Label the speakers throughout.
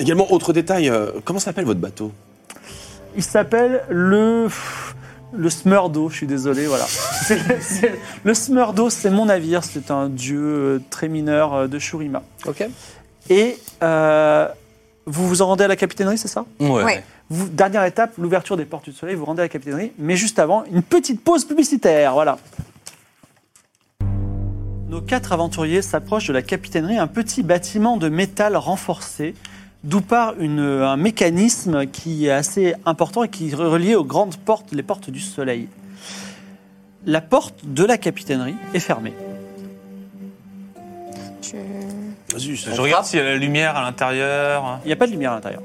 Speaker 1: Également, autre détail, euh, comment s'appelle votre bateau
Speaker 2: Il s'appelle le. Le Smurdo, je suis désolé, voilà. C'est- c'est- le Smurdo, c'est mon navire, c'est un dieu euh, très mineur euh, de Shurima.
Speaker 1: Ok.
Speaker 2: Et euh, vous vous en rendez à la capitainerie, c'est ça
Speaker 1: Ouais.
Speaker 3: Ouais.
Speaker 2: Vous- Dernière étape, l'ouverture des portes du soleil, vous vous rendez à la capitainerie, mais juste avant, une petite pause publicitaire, voilà. Nos quatre aventuriers s'approchent de la capitainerie, un petit bâtiment de métal renforcé, d'où part une- un mécanisme qui est assez important et qui est relié aux grandes portes, les portes du soleil. La porte de la capitainerie est fermée.
Speaker 3: Je-
Speaker 1: Zut,
Speaker 4: Je
Speaker 1: on
Speaker 4: regarde
Speaker 1: frappe.
Speaker 4: s'il y a la lumière à l'intérieur.
Speaker 2: Il n'y a pas de lumière à l'intérieur.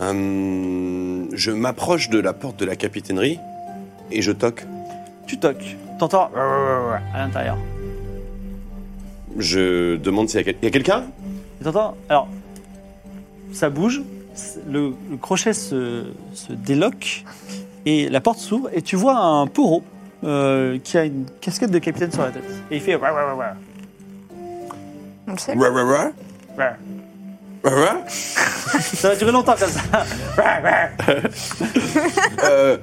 Speaker 1: Hum, je m'approche de la porte de la capitainerie et je toque.
Speaker 2: Tu toques, t'entends à l'intérieur.
Speaker 1: Je demande s'il y a, quel- il y a quelqu'un
Speaker 2: Et t'entends Alors, ça bouge, c'est- le, le crochet se, se déloque, et la porte s'ouvre, et tu vois un poro euh, qui a une casquette de capitaine sur la tête. Et il fait. Ouah, ouah, ouah, ouah,
Speaker 3: On le sait.
Speaker 1: Ra, ra, ra.
Speaker 2: ouah.
Speaker 1: Ra, ra.
Speaker 2: Ça va durer longtemps comme ça. Ouah, ouah.
Speaker 1: Euh,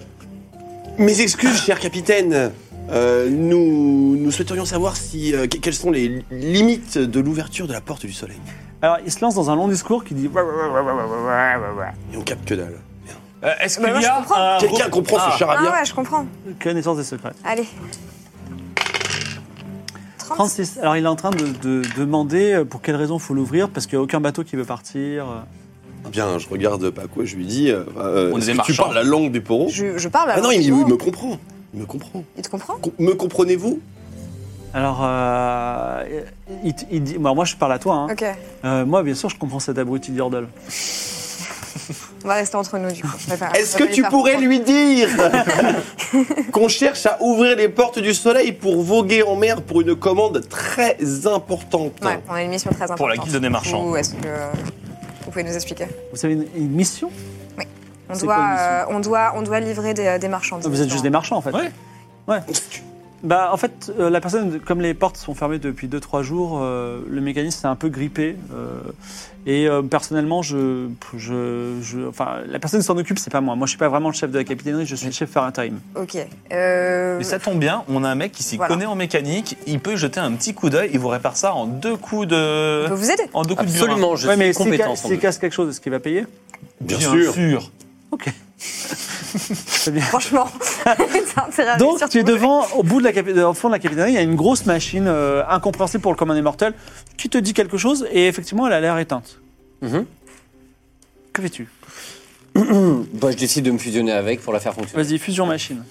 Speaker 1: mes excuses, cher capitaine. Euh, nous, nous souhaiterions savoir si, euh, que- quelles sont les limites de l'ouverture de la porte du soleil.
Speaker 2: Alors, il se lance dans un long discours qui dit. Ouah, ouah, ouah, ouah, ouah, ouah, ouah, ouah.
Speaker 1: Et on capte que dalle.
Speaker 4: Euh, Est-ce qu'il
Speaker 3: moi,
Speaker 4: y
Speaker 3: je
Speaker 4: a
Speaker 3: comprends.
Speaker 4: un
Speaker 1: Quelqu'un
Speaker 4: re-
Speaker 1: comprend
Speaker 4: Ah.
Speaker 1: ce charabia
Speaker 3: Ah ouais, je comprends.
Speaker 2: Connaissance des secrets.
Speaker 3: Allez. 36.
Speaker 2: 36. Alors, il est en train de, de demander euh, pour quelle raison faut l'ouvrir, parce qu'il n'y a aucun bateau qui veut partir.
Speaker 1: Bien, je regarde Paco et je lui dis euh, euh,
Speaker 4: On
Speaker 1: est-ce
Speaker 4: est des
Speaker 1: que Tu
Speaker 4: marchands.
Speaker 1: parles la langue du poron
Speaker 3: Je, je parle
Speaker 1: Ah
Speaker 3: avant
Speaker 1: non, il,
Speaker 3: qu'il
Speaker 1: il
Speaker 3: ouvre.
Speaker 1: me comprend. Il me comprend.
Speaker 3: Il te comprend
Speaker 1: Com- me comprenez-vous
Speaker 2: Alors, euh, il, il dit, bah, moi je parle à toi. hein.
Speaker 3: Ok.
Speaker 2: Euh, moi, bien sûr, je comprends cet abruti d'Yordle.
Speaker 3: On va rester entre nous, du coup. On va faire-
Speaker 1: Est-ce
Speaker 3: on va
Speaker 1: que
Speaker 3: lui
Speaker 1: tu
Speaker 3: faire
Speaker 1: pourrais
Speaker 3: comprendre.
Speaker 1: lui dire qu'on cherche à ouvrir les portes du soleil pour voguer en mer pour une commande très importante
Speaker 3: Ouais, on a une mission très importante.
Speaker 4: Pour la guilde des marchands.
Speaker 3: Ou est-ce que. euh, Vous pouvez nous expliquer
Speaker 2: Vous avez une, une mission
Speaker 3: on
Speaker 2: C'est
Speaker 3: doit,
Speaker 2: quoi une mission
Speaker 3: euh, on, doit, on doit livrer des, des marchandises.
Speaker 2: Vous êtes juste des marchands, en fait.
Speaker 4: Ouais.
Speaker 2: Ouais. Bah, en fait, euh, la personne, comme les portes sont fermées depuis 2-3 jours, euh, le mécanisme s'est un peu grippé. euh, et euh, personnellement, je, je, je- enfin, la personne qui s'en occupe, c'est pas moi. Moi, je suis pas vraiment le chef de la capitainerie, je suis le chef par intérim.
Speaker 3: Ok. Euh,
Speaker 4: Mais ça tombe bien, on a un mec qui s'y
Speaker 3: Voilà.
Speaker 4: connaît en mécanique, il peut jeter un petit coup d'œil, il vous répare ça en deux coups
Speaker 3: on
Speaker 4: de.
Speaker 3: peut vous aider
Speaker 4: En deux coups de burin.
Speaker 5: Absolument, je
Speaker 2: ouais,
Speaker 5: suis
Speaker 2: mais s'il
Speaker 5: compétent.
Speaker 2: ca-
Speaker 5: sans
Speaker 2: s'il
Speaker 5: doute.
Speaker 2: casse quelque chose, est-ce qu'il va payer
Speaker 1: Bien sûr.
Speaker 2: Ok. Très bien.
Speaker 3: Franchement, t'as intérêt à
Speaker 2: Donc,
Speaker 3: réussir
Speaker 2: tu es
Speaker 3: tout.
Speaker 2: devant, au bout de la capi- au fond de la capitainerie, il y a une grosse machine euh, incompréhensible pour le commun des mortels qui te dit quelque chose et effectivement, elle a l'air éteinte. Mm-hmm.
Speaker 5: Mhm.
Speaker 2: Que fais-tu
Speaker 5: Bah, je décide de me fusionner avec pour la faire fonctionner.
Speaker 2: Vas-y, fusion machine.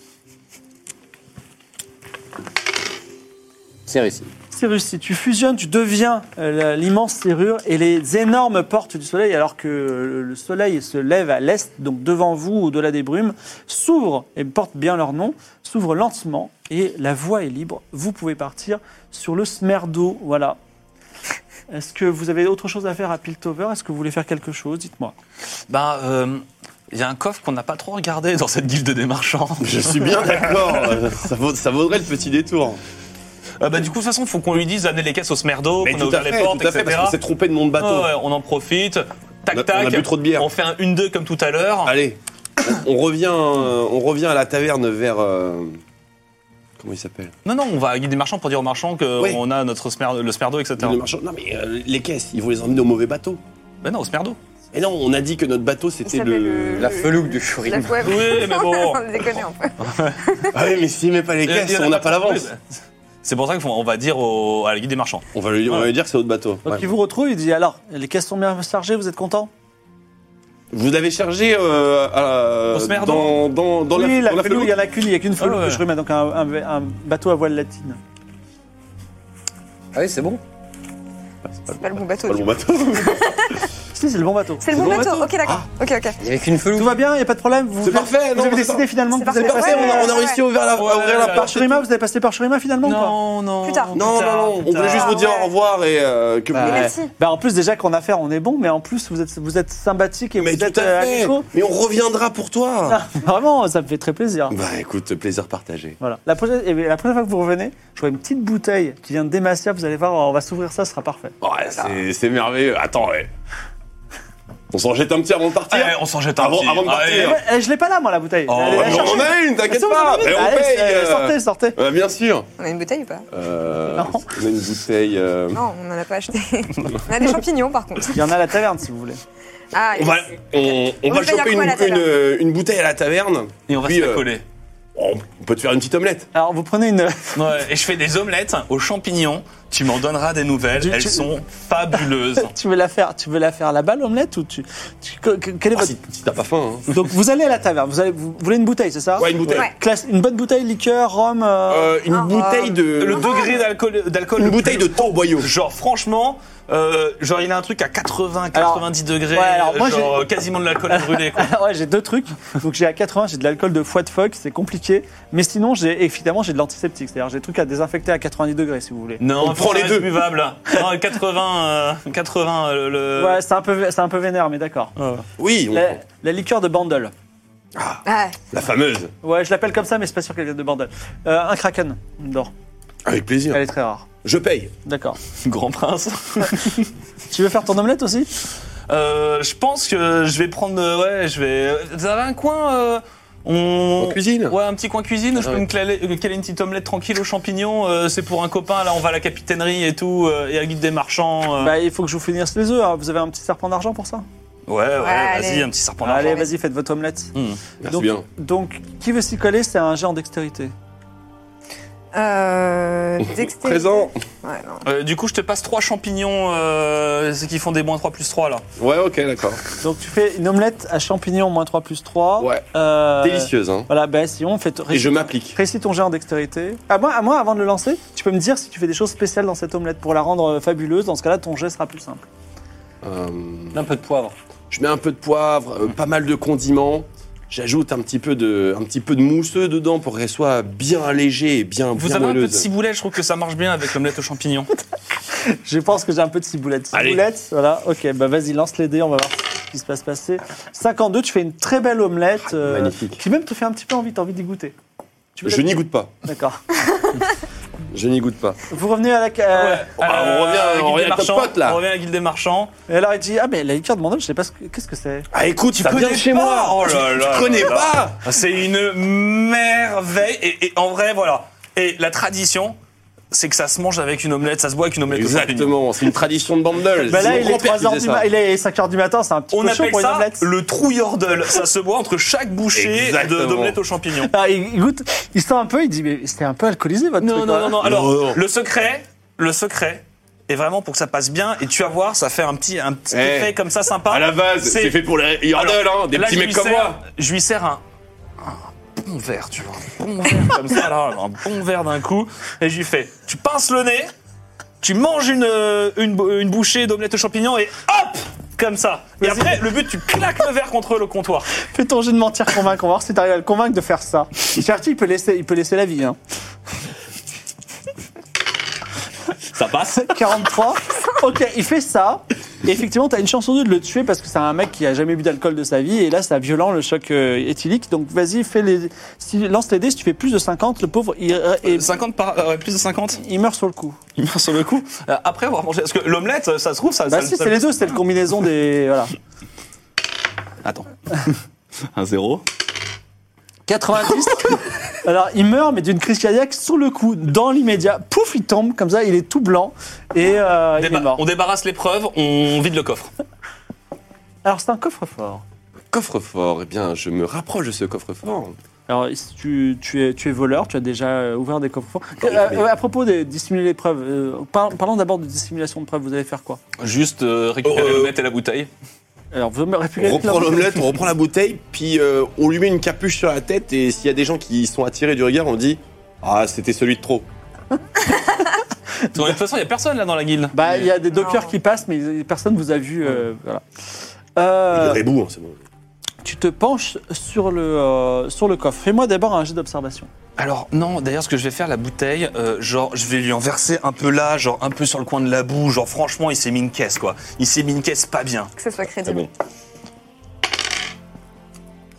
Speaker 5: C'est réussi.
Speaker 2: Cyrus, si tu fusionnes, tu deviens euh, la- l'immense serrure et les énormes portes du soleil, alors que euh, le soleil se lève à l'est, donc devant vous, au-delà des brumes, s'ouvrent et portent bien leur nom, s'ouvrent lentement et la voie est libre. Vous pouvez partir sur le Smerdo. Voilà. Est-ce que vous avez autre chose à faire à Piltover Est-ce que vous voulez faire quelque chose Dites-moi.
Speaker 4: Ben, euh, il y a un coffre qu'on n'a pas trop regardé dans cette guilde des marchands.
Speaker 1: Je suis bien d'accord. Euh, ça, vaut- ça vaudrait le petit détour.
Speaker 4: Euh, bah, du coup, de toute façon, faut qu'on lui dise d'amener les caisses au smerdo, qu'on a ouvert les portes,
Speaker 1: tout à fait,
Speaker 4: etc. Oh,
Speaker 1: parce qu'on s'est trompé de nom de bateau.
Speaker 4: Ouais, ouais, on en profite. Tac,
Speaker 1: On a-
Speaker 4: tac.
Speaker 1: on a bu trop de bière.
Speaker 4: On fait un 1-2 comme tout à l'heure.
Speaker 1: Allez, on revient, euh, on revient à la taverne vers. euh, comment il s'appelle
Speaker 4: Non, non, on va à Guilde des marchands pour dire aux marchands qu'on
Speaker 1: Oui.
Speaker 4: a notre smer- le smerdo, etc.
Speaker 1: Le marchand- Non, mais euh, les caisses, ils vont les emmener au mauvais bateau.
Speaker 4: Mais Ben non, au smerdo.
Speaker 1: Et non, on a dit que notre bateau
Speaker 3: Il
Speaker 1: c'était
Speaker 3: s'appelle
Speaker 1: le.
Speaker 5: La felouque du Shurima.
Speaker 3: La- ouais.
Speaker 4: Oui, mais bon.
Speaker 3: on déconne un peu.
Speaker 1: Ah oui, mais s'il met pas les
Speaker 4: Il y a- il y
Speaker 1: caisses,
Speaker 4: en a
Speaker 1: on n'a pas l'avance.
Speaker 4: trouvé. bah, C'est pour ça qu'on va dire au- à la guilde des marchands.
Speaker 1: On va lui on va lui dire que c'est notre bateau.
Speaker 2: Donc
Speaker 1: Ouais.
Speaker 2: il vous retrouve, il dit alors, les caisses sont bien chargées, vous êtes content
Speaker 1: Vous avez chargé euh, à-
Speaker 4: Au smerdo.
Speaker 1: dans, dans, dans
Speaker 2: Oui,
Speaker 1: la,
Speaker 2: la,
Speaker 1: dans la
Speaker 2: felouque, il n'y en a qu'une, il n'y a qu'une felouque
Speaker 4: ouais.
Speaker 2: que je remets, donc un- un- un bateau à voile latine.
Speaker 5: Ah oui, c'est bon.
Speaker 1: pas, c'est pas
Speaker 3: Pas le bon bateau.
Speaker 1: le
Speaker 3: du
Speaker 1: bon
Speaker 3: coup.
Speaker 1: bateau.
Speaker 2: Si, c'est le bon bateau.
Speaker 3: C'est le bon bateau. Ok, d'accord. Ok, ok.
Speaker 5: Il n'y avait qu'une
Speaker 2: Tout
Speaker 5: felouse.
Speaker 2: va bien, il n'y a pas de problème. Vous,
Speaker 1: C'est parfait,
Speaker 2: vous
Speaker 1: non,
Speaker 2: avez
Speaker 1: on
Speaker 2: décidé
Speaker 1: part.
Speaker 2: finalement que
Speaker 3: C'est
Speaker 2: vous allez
Speaker 3: parfait,
Speaker 2: passer euh,
Speaker 1: Parfait, on a, on a
Speaker 3: ouais,
Speaker 1: réussi à ouvrir la- à ouvrir la
Speaker 2: par
Speaker 1: porte.
Speaker 2: Shurima. Vous avez passé par Shurima finalement ou pas
Speaker 4: Non, non.
Speaker 3: Plus tard.
Speaker 1: Non, non, non, on voulait juste vous dire
Speaker 3: ouais.
Speaker 1: au revoir et euh, que
Speaker 2: Bah,
Speaker 3: Mais
Speaker 2: ouais.
Speaker 3: merci.
Speaker 2: Bah, en plus déjà qu'en affaire on est bon, mais en plus vous êtes vous êtes sympathique et
Speaker 1: Mais
Speaker 2: vous êtes
Speaker 1: tout à
Speaker 2: euh,
Speaker 1: fait.
Speaker 2: amicaux.
Speaker 1: Mais on reviendra pour toi.
Speaker 2: Ah, Vraiment, ça me fait très plaisir.
Speaker 1: Bah écoute, plaisir partagé.
Speaker 2: Voilà. La prochaine, eh bien, la prochaine fois que vous revenez, je vois une petite bouteille qui vient de Demacia. Vous allez voir, on va s'ouvrir ça, ce sera parfait.
Speaker 1: Ouais, c'est- c'est merveilleux. Attends, ouais. Ah. On s'en jette un petit avant de partir.
Speaker 4: Eh, on s'en jette un
Speaker 1: Avant-
Speaker 4: petit.
Speaker 1: avant de partir.
Speaker 4: Allez.
Speaker 2: Eh ben, eh, je l'ai pas là, moi, la bouteille.
Speaker 4: Oh,
Speaker 2: Allez,
Speaker 1: Ouais,
Speaker 2: la
Speaker 4: va
Speaker 1: mais
Speaker 2: chercher.
Speaker 1: on en a une,
Speaker 2: Ah,
Speaker 1: t'inquiète
Speaker 2: ça, vous en
Speaker 1: pas.
Speaker 2: avez
Speaker 1: Et
Speaker 2: une
Speaker 1: on
Speaker 2: Allez,
Speaker 1: paye.
Speaker 2: euh,
Speaker 1: euh,
Speaker 2: Sortez, sortez.
Speaker 1: euh, bien sûr.
Speaker 3: On a une bouteille ou pas
Speaker 1: Euh,
Speaker 2: Non.
Speaker 1: On a une bouteille. euh,
Speaker 3: Non, on n'en a pas acheté. on a des champignons par contre.
Speaker 2: Il y en a à la taverne si vous voulez.
Speaker 3: Ah,
Speaker 1: On va, on, on
Speaker 3: On
Speaker 1: va
Speaker 3: va dire
Speaker 1: choper une,
Speaker 3: quoi à la taverne
Speaker 1: une- une bouteille à la taverne.
Speaker 4: Et on va
Speaker 1: Puis,
Speaker 4: se la
Speaker 1: euh,
Speaker 4: coller.
Speaker 1: oh, on peut te faire une petite omelette.
Speaker 2: Alors vous prenez une.
Speaker 4: Ouais, et je fais des omelettes aux champignons. Tu m'en donneras des nouvelles.
Speaker 2: Tu-
Speaker 4: Elles
Speaker 2: tu-
Speaker 4: sont fabuleuses.
Speaker 2: tu veux la faire, tu veux la faire à la balle l'omelette ou tu, tu- que- que- quelle est
Speaker 1: Ah,
Speaker 2: votre...
Speaker 1: si si t'as pas faim. hein.
Speaker 2: Donc vous allez à la taverne. Vous, allez, vous voulez une bouteille, c'est ça
Speaker 1: Ouais, une bouteille.
Speaker 3: Ouais.
Speaker 2: Classe- une bonne bouteille liqueur, rhum. euh,
Speaker 1: Euh, une
Speaker 3: Ah,
Speaker 1: bouteille de.
Speaker 4: Le degré d'alcool, d'alcool
Speaker 1: une
Speaker 4: le
Speaker 1: bouteille de
Speaker 4: plus-
Speaker 1: taux boyau.
Speaker 4: Genre, franchement, euh, genre, il a un truc à 80,
Speaker 2: Alors,
Speaker 4: 90 degrés.
Speaker 2: ouais, alors, moi,
Speaker 4: genre,
Speaker 2: j'ai-
Speaker 4: euh, quasiment de l'alcool à brûler, quoi.
Speaker 1: Euh.
Speaker 2: ouais, j'ai deux trucs. Donc j'ai à 80, j'ai de l'alcool de foie de phoque, c'est compliqué. Mais sinon, j'ai évidemment j'ai de l'antiseptique, c'est-à-dire j'ai des trucs à désinfecter à 90 degrés si vous voulez.
Speaker 4: Non,
Speaker 1: On prend les
Speaker 4: ça
Speaker 1: deux.
Speaker 4: reste buvable. Non, 80, euh, 80, euh, le.
Speaker 2: Ouais, c'est un peu, c'est un peu vénère, mais d'accord.
Speaker 1: Oui, on-
Speaker 2: La, la liqueur de Bandol.
Speaker 3: Ah,
Speaker 1: la fameuse.
Speaker 2: Ouais, je l'appelle comme ça, mais c'est pas sûr qu'elle vienne de Bandol. Euh, un kraken d'or.
Speaker 1: Avec plaisir.
Speaker 2: Elle est très rare.
Speaker 1: Je paye.
Speaker 2: D'accord.
Speaker 4: Grand prince.
Speaker 2: Tu veux faire ton omelette aussi
Speaker 4: Euh, je pense que je vais prendre. euh, Ouais, je vais. Vous avez un coin. euh, on...
Speaker 1: En cuisine
Speaker 4: Ouais, un petit coin cuisine. Je
Speaker 1: Ah
Speaker 4: peux
Speaker 1: ouais.
Speaker 4: me caler, euh, caler une petite omelette tranquille aux champignons. euh, c'est pour un copain. Là, on va à la capitainerie et tout. euh, et à guide des marchands. euh.
Speaker 2: Bah, il faut que je vous finisse les œufs. hein. Vous avez un petit serpent d'argent pour ça
Speaker 4: ouais, ouais,
Speaker 3: allez.
Speaker 4: vas-y, un petit serpent d'argent.
Speaker 2: Allez, vas-y, faites votre omelette.
Speaker 4: Hmm.
Speaker 1: Merci
Speaker 2: donc,
Speaker 1: bien.
Speaker 2: donc, qui veut s'y coller C'est un géant dextérité.
Speaker 3: euh, dextérité.
Speaker 1: Présent.
Speaker 3: Ouais, non.
Speaker 4: Euh, du coup, je te passe trois champignons. Euh, ceux qui font des moins 3 plus 3 là.
Speaker 1: Ouais, ok, d'accord.
Speaker 4: Euh,
Speaker 2: Donc, tu fais une omelette à champignons, moins 3 plus 3.
Speaker 1: Ouais.
Speaker 2: Euh,
Speaker 1: Délicieuse, hein.
Speaker 2: Voilà, bah, si on fait.
Speaker 1: Et je m'applique.
Speaker 2: Précis ton géant dextérité. À moi, à moi, avant de le lancer, tu peux me dire si tu fais des choses spéciales dans cette omelette pour la rendre euh, fabuleuse. Dans ce cas-là, ton jet sera plus simple.
Speaker 1: Euh,
Speaker 5: Un peu de poivre.
Speaker 1: je mets un peu de poivre, euh, pas mal de condiments. J'ajoute un petit peu de, un petit peu de mousseux dedans pour qu'elle soit bien léger et bien,
Speaker 4: Vous
Speaker 1: bien
Speaker 4: avez un peu de
Speaker 1: moelleuse.
Speaker 4: ciboulette. Je trouve que ça marche bien avec l'omelette aux champignons.
Speaker 2: Je pense que j'ai un peu de ciboulette.
Speaker 1: Allez.
Speaker 2: Ciboulette, voilà. Ok, bah vas-y, lance les dés, on va voir ce qui se passe passer. 52, tu fais une très belle omelette. euh,
Speaker 1: magnifique.
Speaker 2: Qui même te fait un petit peu envie, t'as envie d'y goûter. Tu veux
Speaker 1: Je
Speaker 2: la-
Speaker 1: n'y goûte pas.
Speaker 2: D'accord.
Speaker 1: Je n'y goûte pas.
Speaker 2: Vous revenez à la. euh,
Speaker 1: Ah, on revient-
Speaker 4: à
Speaker 1: on
Speaker 4: la
Speaker 1: revient
Speaker 4: Guilde des
Speaker 1: avec notre
Speaker 4: Marchands,
Speaker 1: pote, là.
Speaker 4: On revient à la guilde des marchands.
Speaker 2: Et alors il dit Ah, mais la liqueur de Mandel, je sais pas ce que. Qu'est-ce que c'est
Speaker 1: Ah écoute, ça vient de
Speaker 4: connais
Speaker 1: chez
Speaker 4: pas
Speaker 1: moi.
Speaker 4: Oh là
Speaker 1: Tu-
Speaker 4: là
Speaker 1: tu connais
Speaker 4: là là.
Speaker 1: pas
Speaker 4: Ah, C'est une merveille. Et, et en vrai, voilà. Et la tradition, c'est que ça se mange avec une omelette, ça se boit avec une omelette. au champignon.
Speaker 1: Exactement, c'est une tradition de Bandel.
Speaker 2: Bah là,
Speaker 1: C'est
Speaker 2: il
Speaker 1: mon
Speaker 2: est,
Speaker 1: grand-père
Speaker 2: 3 heures
Speaker 1: qui
Speaker 2: du
Speaker 1: faisait
Speaker 2: ma-
Speaker 1: ça.
Speaker 2: il est 5h du matin, c'est un petit
Speaker 4: On
Speaker 2: peu chaud
Speaker 4: appelle
Speaker 2: pour une
Speaker 4: ça
Speaker 2: omelette.
Speaker 4: le trouillordel. Ça se boit entre chaque bouchée de-
Speaker 1: Exactement.
Speaker 4: d'omelette aux champignons.
Speaker 2: Ah, il, il goûte, il sent un peu, il dit Mais c'était un peu alcoolisé votre
Speaker 4: Non,
Speaker 2: truc.
Speaker 4: non,
Speaker 2: là.
Speaker 4: non, non. Alors,
Speaker 1: Non, non.
Speaker 4: le secret, le secret. est vraiment pour que ça passe bien, et tu vas voir, ça fait un petit, un petit
Speaker 1: Eh.
Speaker 4: effet comme ça sympa.
Speaker 1: À la base, c'est fait pour les
Speaker 4: Ah,
Speaker 1: yordles, hein, des
Speaker 4: Là,
Speaker 1: petits
Speaker 4: je
Speaker 1: mecs
Speaker 4: lui
Speaker 1: comme
Speaker 4: sers-
Speaker 1: moi.
Speaker 4: Je lui sers un, un bon verre, tu vois. Un bon verre comme ça, là, un bon verre d'un coup. Et je lui fais tu pinces le nez, tu manges une, euh, une, bou- une bouchée d'omelette aux champignons et hop Comme ça. Et
Speaker 2: Vas-y.
Speaker 4: après, le but, tu claques le verre contre le comptoir.
Speaker 2: Fais ton jeu de mentir convaincre, on va voir si t'arrives à le convaincre de faire ça. Cherty, il peut laisser, il peut laisser la vie. Hein.
Speaker 4: Ça passe
Speaker 2: 43. Ok, il fait ça. Et effectivement, t'as une chance sur deux de le tuer parce que c'est un mec qui a jamais bu d'alcool de sa vie. Et là, c'est violent le choc euh, éthylique. Donc vas-y, fais les, si, lance les dés. Si tu fais plus de 50, le pauvre, il, euh, et-
Speaker 4: 50 par, euh, ouais, plus de 50
Speaker 2: il meurt sur le coup.
Speaker 4: Il meurt sur le coup. Euh, après avoir mangé. Parce que l'omelette, ça se trouve, ça.
Speaker 2: Bah
Speaker 4: ça-
Speaker 2: si,
Speaker 4: ça-
Speaker 2: c'est les deux, c'est la combinaison des. Voilà.
Speaker 4: Attends. un zéro.
Speaker 2: 90. Alors, il meurt, mais d'une crise cardiaque sur le coup, dans l'immédiat. Pouf, il tombe, comme ça, il est tout blanc. Et euh, il est
Speaker 4: Déba-
Speaker 2: mort.
Speaker 4: on débarrasse les preuves, on vide le coffre.
Speaker 2: Alors, c'est un coffre-fort.
Speaker 1: Coffre-fort, eh bien, je me rapproche de ce coffre-fort.
Speaker 2: Alors, si tu, tu es, tu es voleur, tu as déjà euh, ouvert des coffres forts.
Speaker 1: Non,
Speaker 2: Euh,
Speaker 1: mais-
Speaker 2: euh, à propos de dissimuler les preuves, euh, par- parlons d'abord de dissimulation de preuves. Vous allez faire quoi
Speaker 4: Juste euh, récupérer
Speaker 1: Oh, euh,
Speaker 4: l'omelette et la bouteille.
Speaker 2: Alors, vous me
Speaker 1: On
Speaker 2: récupérez
Speaker 1: reprend l'omelette, on reprend la bouteille, puis euh, on lui met une capuche sur la tête, et s'il y a des gens qui sont attirés du regard, on dit « Ah, c'était celui de trop
Speaker 4: De toute façon, il n'y a personne là dans la guilde.
Speaker 2: Bah, il y a des dockers
Speaker 3: Non.
Speaker 2: qui passent, mais ils- personne vous a vu. euh, voilà. Euh,
Speaker 1: Rébou, hein, c'est bon.
Speaker 2: tu te penches sur le, euh, sur le coffre. Fais-moi d'abord un jet d'observation.
Speaker 4: Alors non, d'ailleurs ce que je vais faire la bouteille, euh, genre je vais lui en verser un peu là, genre un peu sur le coin de la boue, genre franchement il s'est mis une caisse quoi. Il s'est mis une caisse pas bien.
Speaker 3: Que ce soit
Speaker 1: Ah
Speaker 3: crédible.
Speaker 1: bon.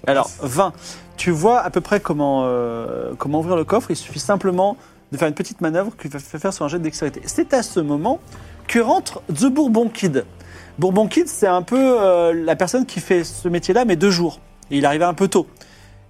Speaker 2: Alors, 20. Tu vois à peu près comment, euh, comment ouvrir le coffre. Il suffit simplement de faire une petite manœuvre que tu vas faire sur un jet de dextérité. C'est à ce moment que rentre The Bourbon Kid. Bourbon Kid, c'est un peu euh, la personne qui fait ce métier-là, mais deux jours. Et il arrivait un peu tôt.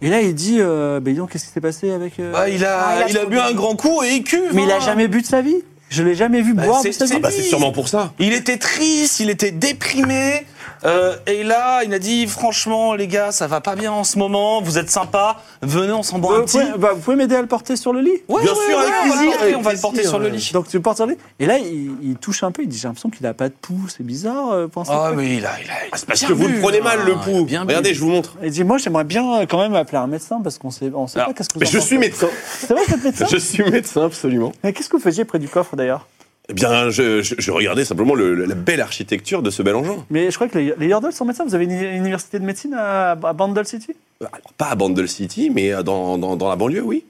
Speaker 2: Et là, il dit euh, Ben dis donc, qu'est-ce qui s'est passé avec. euh,
Speaker 4: Ah, il a,
Speaker 3: Ah, il a
Speaker 4: il a
Speaker 3: trop
Speaker 4: bu
Speaker 3: bu.
Speaker 4: un grand coup et il cuve.
Speaker 2: Mais il
Speaker 4: hein.
Speaker 2: a jamais bu de sa vie. Je l'ai jamais vu
Speaker 4: Bah,
Speaker 2: boire de
Speaker 4: c'est-
Speaker 2: sa vie.
Speaker 4: c'est-
Speaker 1: Bah, c'est sûrement pour ça.
Speaker 4: Il était triste, il était déprimé. euh, et là, il a dit franchement les gars, ça va pas bien en ce moment. Vous êtes sympas, venez on s'en boit
Speaker 1: Euh,
Speaker 2: Vous
Speaker 4: un petit.
Speaker 2: pouvez, bah, vous pouvez m'aider à le porter sur le lit
Speaker 4: Ouais,
Speaker 1: Bien
Speaker 4: ouais,
Speaker 1: sûr, avec
Speaker 4: ouais, on va le
Speaker 1: plaisir,
Speaker 4: porter,
Speaker 1: avec
Speaker 4: on va le
Speaker 1: plaisir,
Speaker 4: porter sur le
Speaker 1: ouais.
Speaker 4: lit.
Speaker 2: Donc tu le portes sur le lit. Et là, il, il touche un peu. Il dit J'ai l'impression qu'il a pas de pouls. C'est bizarre. euh, pour un
Speaker 4: Ah
Speaker 2: sapin.
Speaker 4: mais il a, hein. il a.
Speaker 1: Ah, c'est parce que vous le prenez mal, le pouls. Regardez, Ah, je vous montre.
Speaker 2: Il dit Moi, j'aimerais bien euh, quand même appeler un médecin parce qu'on sait, on sait
Speaker 4: Alors,
Speaker 2: pas qu'est-ce que vous
Speaker 1: Mais
Speaker 2: en
Speaker 1: je
Speaker 2: pensez.
Speaker 1: suis médecin.
Speaker 2: C'est vrai, cette médecin
Speaker 1: Je suis médecin, absolument.
Speaker 2: Mais qu'est-ce que vous faisiez près du coffre d'ailleurs
Speaker 1: Eh bien, je, je- je regardais simplement le- le- la belle architecture de ce bel engin.
Speaker 2: Mais je crois que les, les Yordles sont médecins. Vous avez une une université de médecine à, à Bandle City
Speaker 1: Alors, pas à Bandle City, mais euh, dans, dans- dans la banlieue, oui.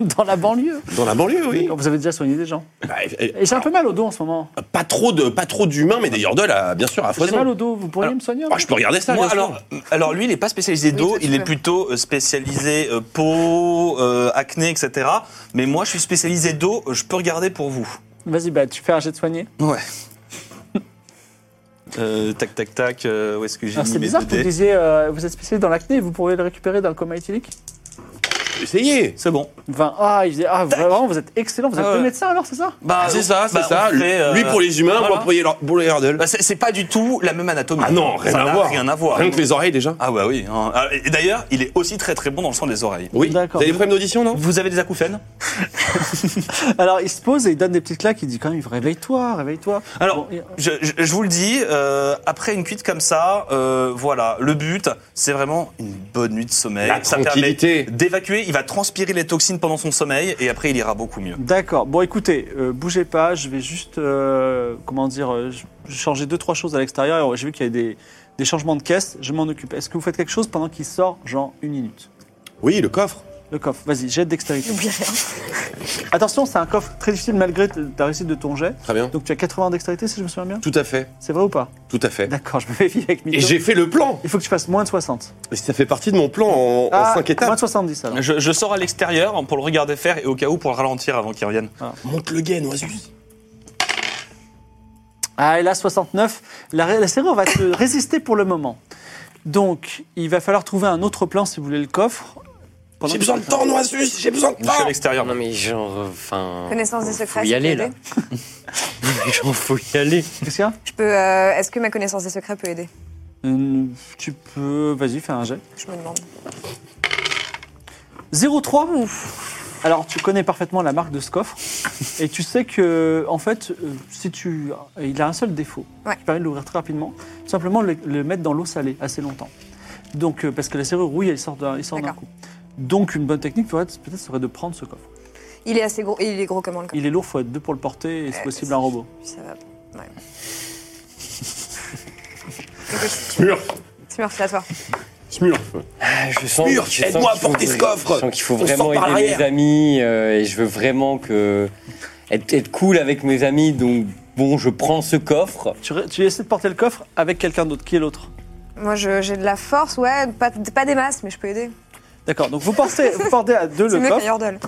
Speaker 2: Dans la banlieue
Speaker 1: Dans la banlieue, oui.
Speaker 2: Vous avez déjà soigné des gens.
Speaker 1: Bah, eh, eh,
Speaker 2: Et j'ai un peu mal au dos en ce moment.
Speaker 1: pas trop de, pas trop d'humains, mais des Yordles, à- bien sûr, à
Speaker 2: J'ai mal
Speaker 1: foison.
Speaker 2: au dos. Vous pourriez
Speaker 4: Alors,
Speaker 2: me soigner un
Speaker 1: Ah,
Speaker 2: peu
Speaker 1: je peux regarder ça,
Speaker 4: Moi,
Speaker 1: bien sûr.
Speaker 4: alors, euh, alors lui, il n'est pas spécialisé dos,
Speaker 3: ça, tu
Speaker 4: il est
Speaker 3: peux.
Speaker 4: plutôt euh, spécialisé euh, peau, euh, acné, etc. Mais moi, je suis spécialisé dos, euh, je peux regarder pour vous.
Speaker 2: Vas-y, bah, tu fais un jet de soigner.
Speaker 4: Ouais. Euh, tac, tac, tac, euh, où est-ce que j'ai
Speaker 1: Ah,
Speaker 2: Alors,
Speaker 4: mis
Speaker 2: Ah, C'est
Speaker 4: mes
Speaker 2: bizarre
Speaker 4: deux
Speaker 2: que vous
Speaker 4: dés
Speaker 2: disiez euh, Vous êtes spécialisé dans l'acné. Vous pourriez le récupérer dans le coma éthylique
Speaker 1: Essayez.
Speaker 4: C'est bon.
Speaker 2: 20. Ah, il disait, ah vraiment, vous êtes excellent. Vous êtes
Speaker 4: Ah ouais.
Speaker 2: deux médecins alors, c'est ça
Speaker 4: Bah,
Speaker 1: c'est ça, c'est
Speaker 4: bah,
Speaker 1: ça.
Speaker 4: on fait, euh,
Speaker 1: Lui pour les humains,
Speaker 4: voilà.
Speaker 1: moi pour les, pour les Yordles.
Speaker 4: Bah, c'est c'est pas du tout la même anatomie.
Speaker 1: Ah non, rien
Speaker 4: Ça
Speaker 1: à
Speaker 4: n'a
Speaker 1: voir.
Speaker 4: Rien à voir.
Speaker 1: Rien que les oreilles, déjà.
Speaker 4: Ah ouais, oui. hein. Ah, et D'ailleurs, il est aussi très très bon dans le sang des oreilles.
Speaker 1: Oui. Vous avez
Speaker 2: D'accord.
Speaker 1: des problèmes d'audition, non
Speaker 4: Vous avez des acouphènes
Speaker 2: Alors il se pose et il donne des petites claques, il dit quand même réveille-toi, réveille-toi.
Speaker 4: Alors,
Speaker 2: Bon, et- euh,
Speaker 4: je, je- je vous le dis, euh, après une cuite comme ça, euh, voilà, le but, c'est vraiment une bonne nuit de sommeil.
Speaker 1: La
Speaker 4: ça
Speaker 1: tranquillité.
Speaker 4: permet d'évacuer, il va transpirer les toxines pendant son sommeil et après il ira beaucoup mieux.
Speaker 2: D'accord, bon écoutez, euh, bougez pas, je vais juste, euh, comment dire, euh, je- je changer deux, trois choses à l'extérieur. J'ai vu qu'il y avait des, des changements de caisse, je m'en occupe. Est-ce que vous faites quelque chose pendant qu'il sort, genre une minute
Speaker 1: Oui, le coffre.
Speaker 2: Le coffre, vas-y, jet de dextérité. Attention, c'est un coffre très difficile malgré t- ta réussite de ton jet.
Speaker 1: Très bien.
Speaker 2: Donc tu as 80 en dextérité si je me souviens bien
Speaker 1: Tout à fait.
Speaker 2: C'est vrai ou pas
Speaker 1: Tout à fait.
Speaker 2: D'accord, je me méfie avec Mito.
Speaker 1: Et j'ai fait le plan.
Speaker 2: Il faut que tu fasses moins de 60.
Speaker 1: Et ça fait partie de mon plan en, 5
Speaker 2: Moins
Speaker 1: étapes.
Speaker 2: de 70 alors.
Speaker 4: Je, je sors à l'extérieur pour le regarder faire et au cas où pour le ralentir avant qu'il revienne.
Speaker 1: Monte le gain, Oasis.
Speaker 2: Ah, et là, 69. La, ré- la serrure va se résister pour le moment. Donc, il va falloir trouver un autre plan si vous voulez le coffre. Pendant
Speaker 1: J'ai
Speaker 2: que-
Speaker 1: besoin de temps, Noisus. J'ai besoin de
Speaker 4: Je suis à
Speaker 1: temps.
Speaker 4: l'extérieur.
Speaker 5: Non mais genre, euh, enfin.
Speaker 3: Connaissance des
Speaker 5: faut-
Speaker 3: secrets,
Speaker 5: Faut y
Speaker 3: ça
Speaker 5: aller
Speaker 3: peut
Speaker 5: là. Genre, faut y aller.
Speaker 2: Qu'est-ce qu'il y a
Speaker 3: Je peux. euh, Est-ce que ma connaissance des secrets peut aider
Speaker 2: Euh, Tu peux. Vas-y, fais un jet.
Speaker 3: Je me demande.
Speaker 2: 03 Alors, tu connais parfaitement la marque de ce coffre. et tu sais que, en fait, euh, si tu... il a un seul défaut
Speaker 3: Ouais.
Speaker 2: qui permet de l'ouvrir très rapidement. Tout simplement, le, le mettre dans l'eau salée assez longtemps. Donc, euh, parce que la serrure rouille, elle sort d'un elle sort d'un
Speaker 3: D'accord.
Speaker 2: coup. Donc, une bonne technique, peut-être, peut-être, serait de prendre ce coffre.
Speaker 3: Il est assez gros. Il est gros comment le corps
Speaker 2: Il est lourd, faut être deux pour le porter et, si
Speaker 3: Euh,
Speaker 2: possible, un robot.
Speaker 3: Ça va. Ouais. Écoute,
Speaker 1: Smurf.
Speaker 3: Smurf, c'est à toi.
Speaker 1: Smurf.
Speaker 5: Ah, Je sens,
Speaker 1: Mur,
Speaker 5: je sens
Speaker 1: aide-moi
Speaker 5: qu'il
Speaker 1: à porter
Speaker 5: faut-
Speaker 1: ce coffre.
Speaker 5: Je sens qu'il faut
Speaker 1: On
Speaker 5: vraiment
Speaker 1: sort par
Speaker 5: aider mes
Speaker 1: l'arrière.
Speaker 5: amis euh, et je veux vraiment que être, être cool avec mes amis. Donc bon, je prends ce coffre.
Speaker 2: Tu, ré- tu essaies de porter le coffre avec quelqu'un d'autre. Qui est l'autre
Speaker 3: Moi, je- j'ai de la force, ouais, pas, pas des masses, mais je peux aider.
Speaker 2: D'accord, donc vous portez, vous portez à deux
Speaker 3: C'est
Speaker 2: le
Speaker 3: mieux qu'un
Speaker 2: coffre
Speaker 3: Yordle.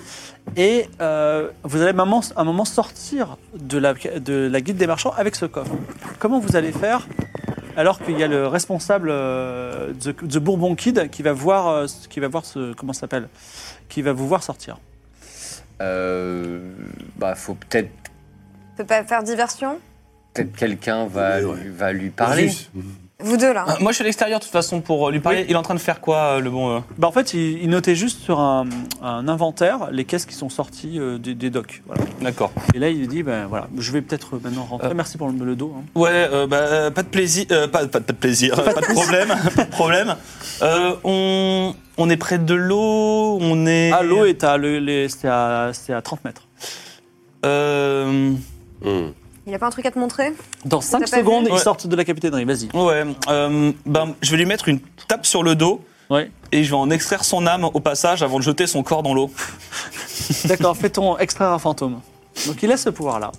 Speaker 2: et euh, vous allez maman- à un moment sortir de la, de la guide des marchands avec ce coffre. Comment vous allez faire alors qu'il y a le responsable euh, de, de Bourbon Kid qui va voir, euh, ce- qui va voir ce, comment ça s'appelle, qui va vous voir sortir
Speaker 5: Euh, bah faut peut-être
Speaker 3: Peut pas faire diversion
Speaker 5: peut-être quelqu'un va
Speaker 1: Oui, ouais.
Speaker 5: lui- va lui parler.
Speaker 1: Oasis.
Speaker 3: Vous deux, là.
Speaker 4: Ah, Moi je suis à l'extérieur de toute façon pour euh, lui parler. Il est en train de faire quoi euh, le bon euh
Speaker 2: bah, En fait, il, il notait juste sur un, un inventaire les caisses qui sont sorties euh, des, des docks. Voilà.
Speaker 4: D'accord.
Speaker 2: Et là, il dit ben voilà, je vais peut-être maintenant rentrer.
Speaker 4: Euh.
Speaker 2: Merci pour le, le dos. hein.
Speaker 4: Ouais, euh, bah, euh, pas de plaisir, euh, pas, pas- pas de plaisir, pas de problème, pas de problème. Euh, on, on est près de l'eau, on est.
Speaker 2: euh, Ah, l'eau est à, le- les- c'est à, c'est à 30 mètres.
Speaker 4: Euh,
Speaker 1: Hmm.
Speaker 3: Il a pas un truc à te montrer
Speaker 2: Dans 5
Speaker 3: T'as pas vu
Speaker 2: secondes, ils
Speaker 4: Ouais.
Speaker 2: sortent de la capitainerie. Vas-y.
Speaker 4: ouais. euh, ben, je vais lui mettre une tape sur le dos
Speaker 2: Ouais.
Speaker 4: et je vais en extraire son âme au passage avant de jeter son corps dans l'eau.
Speaker 2: D'accord, fais ton extraire un fantôme. Donc il a ce pouvoir-là.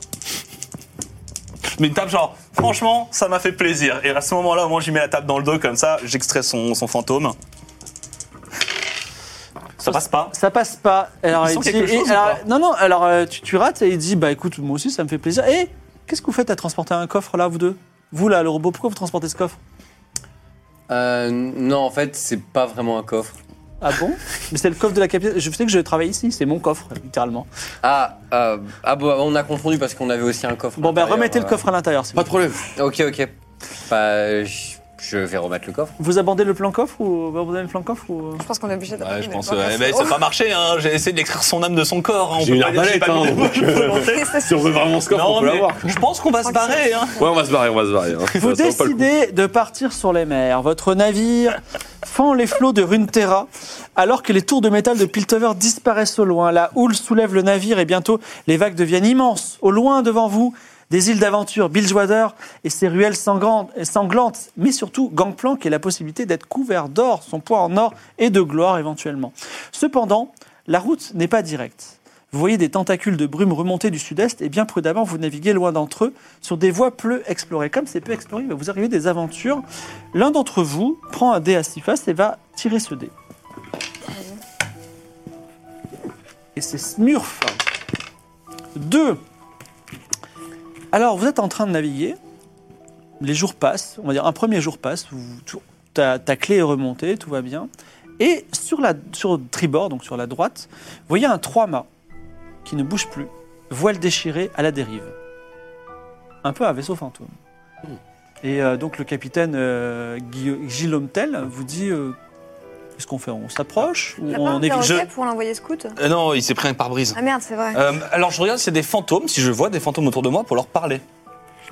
Speaker 4: Mais une tape genre, franchement, ça m'a fait plaisir. Et à ce moment-là, au moins, j'y mets la tape dans le dos comme ça, j'extrais son, son fantôme. Ça passe pas.
Speaker 2: Ça passe pas. Alors,
Speaker 4: Il
Speaker 2: il
Speaker 4: sent
Speaker 2: dit,
Speaker 4: quelque chose
Speaker 2: et
Speaker 4: ou
Speaker 2: alors-
Speaker 4: pas
Speaker 2: non, non, alors euh, tu, tu rates et il dit Bah écoute, moi aussi ça me fait plaisir. Et qu'est-ce que vous faites à transporter un coffre là, vous deux Vous là, le robot, pourquoi vous transportez ce coffre
Speaker 5: Euh, non, en fait, c'est pas vraiment un coffre.
Speaker 2: Ah bon Mais c'est le coffre de la capitale. Je sais que je travaille ici, c'est mon coffre, littéralement.
Speaker 5: Ah, euh, ah bon, on a confondu parce qu'on avait aussi un coffre. à
Speaker 1: bah,
Speaker 2: Bon, ben
Speaker 5: l'intérieur,
Speaker 2: remettez le
Speaker 5: voilà.
Speaker 2: coffre à l'intérieur. s'il
Speaker 1: Pas
Speaker 2: vous
Speaker 1: de problème.
Speaker 5: Ok, ok. Bah, je je vais remettre le coffre.
Speaker 2: plaît. Vous abordez le plan coffre ou vous abordez le plan coffre ou euh,
Speaker 3: Je pense qu'on est obligé de.
Speaker 4: Ouais, je
Speaker 3: Mais
Speaker 4: pense.
Speaker 3: bon,
Speaker 4: euh, eh
Speaker 3: c'est-
Speaker 4: ben, ça n'a pas marché, hein. J'ai essayé d'extraire son âme de son corps. hein. On
Speaker 1: J'ai
Speaker 4: peut
Speaker 1: une
Speaker 4: pas dire que j'ai
Speaker 1: arbalète,
Speaker 4: pas mis
Speaker 1: hein,
Speaker 4: de
Speaker 1: donc,
Speaker 4: bouche volontaire.
Speaker 3: Qu'est-ce que c'est
Speaker 1: Si on veut vraiment ce coffre,
Speaker 4: Non,
Speaker 1: on peut
Speaker 4: mais
Speaker 1: l'avoir.
Speaker 4: je pense qu'on va se barrer. Hein.
Speaker 1: Ouais, on va se barrer, on va se barrer. hein.
Speaker 2: Vous
Speaker 1: Ça sent pas le coup.
Speaker 2: décidez de partir sur les mers. Votre navire fend les flots de Runeterra alors que les tours de métal de Piltover disparaissent au loin. La houle soulève le navire et bientôt les vagues deviennent immenses. Au loin devant vous, des îles d'aventure, Bilgewater et ses ruelles sangrantes- sanglantes, mais surtout Gangplank et la possibilité d'être couvert d'or, son poids en or et de gloire éventuellement. Cependant, la route n'est pas directe. Vous voyez des tentacules de brume remonter du sud-est et bien prudemment vous naviguez loin d'entre eux sur des voies peu explorées. Comme c'est peu exploré, il va vous arriver des aventures. L'un d'entre vous prend un dé à six faces et va tirer ce dé. Et c'est Smurf. Deux. Alors, vous êtes en train de naviguer. Les jours passent. On va dire un premier jour passe. vous- tout- ta, ta clé est remontée, tout va bien. Et sur, la, sur tribord, donc sur la droite, vous voyez un trois-mâts qui ne bouge plus, voile déchirée à la dérive un peu un vaisseau fantôme. Et euh, donc le capitaine euh, Guillaume- Gilles Homtel vous dit euh, qu'est-ce qu'on fait On s'approche ou
Speaker 3: Il a pas
Speaker 2: on
Speaker 3: un
Speaker 2: évite
Speaker 3: perroquet pour l'envoyer scout
Speaker 4: Euh, non, il s'est pris un pare-brise.
Speaker 3: Ah merde, c'est vrai.
Speaker 4: Euh, alors je regarde s'il y a des fantômes, si je vois des fantômes autour de moi pour leur parler.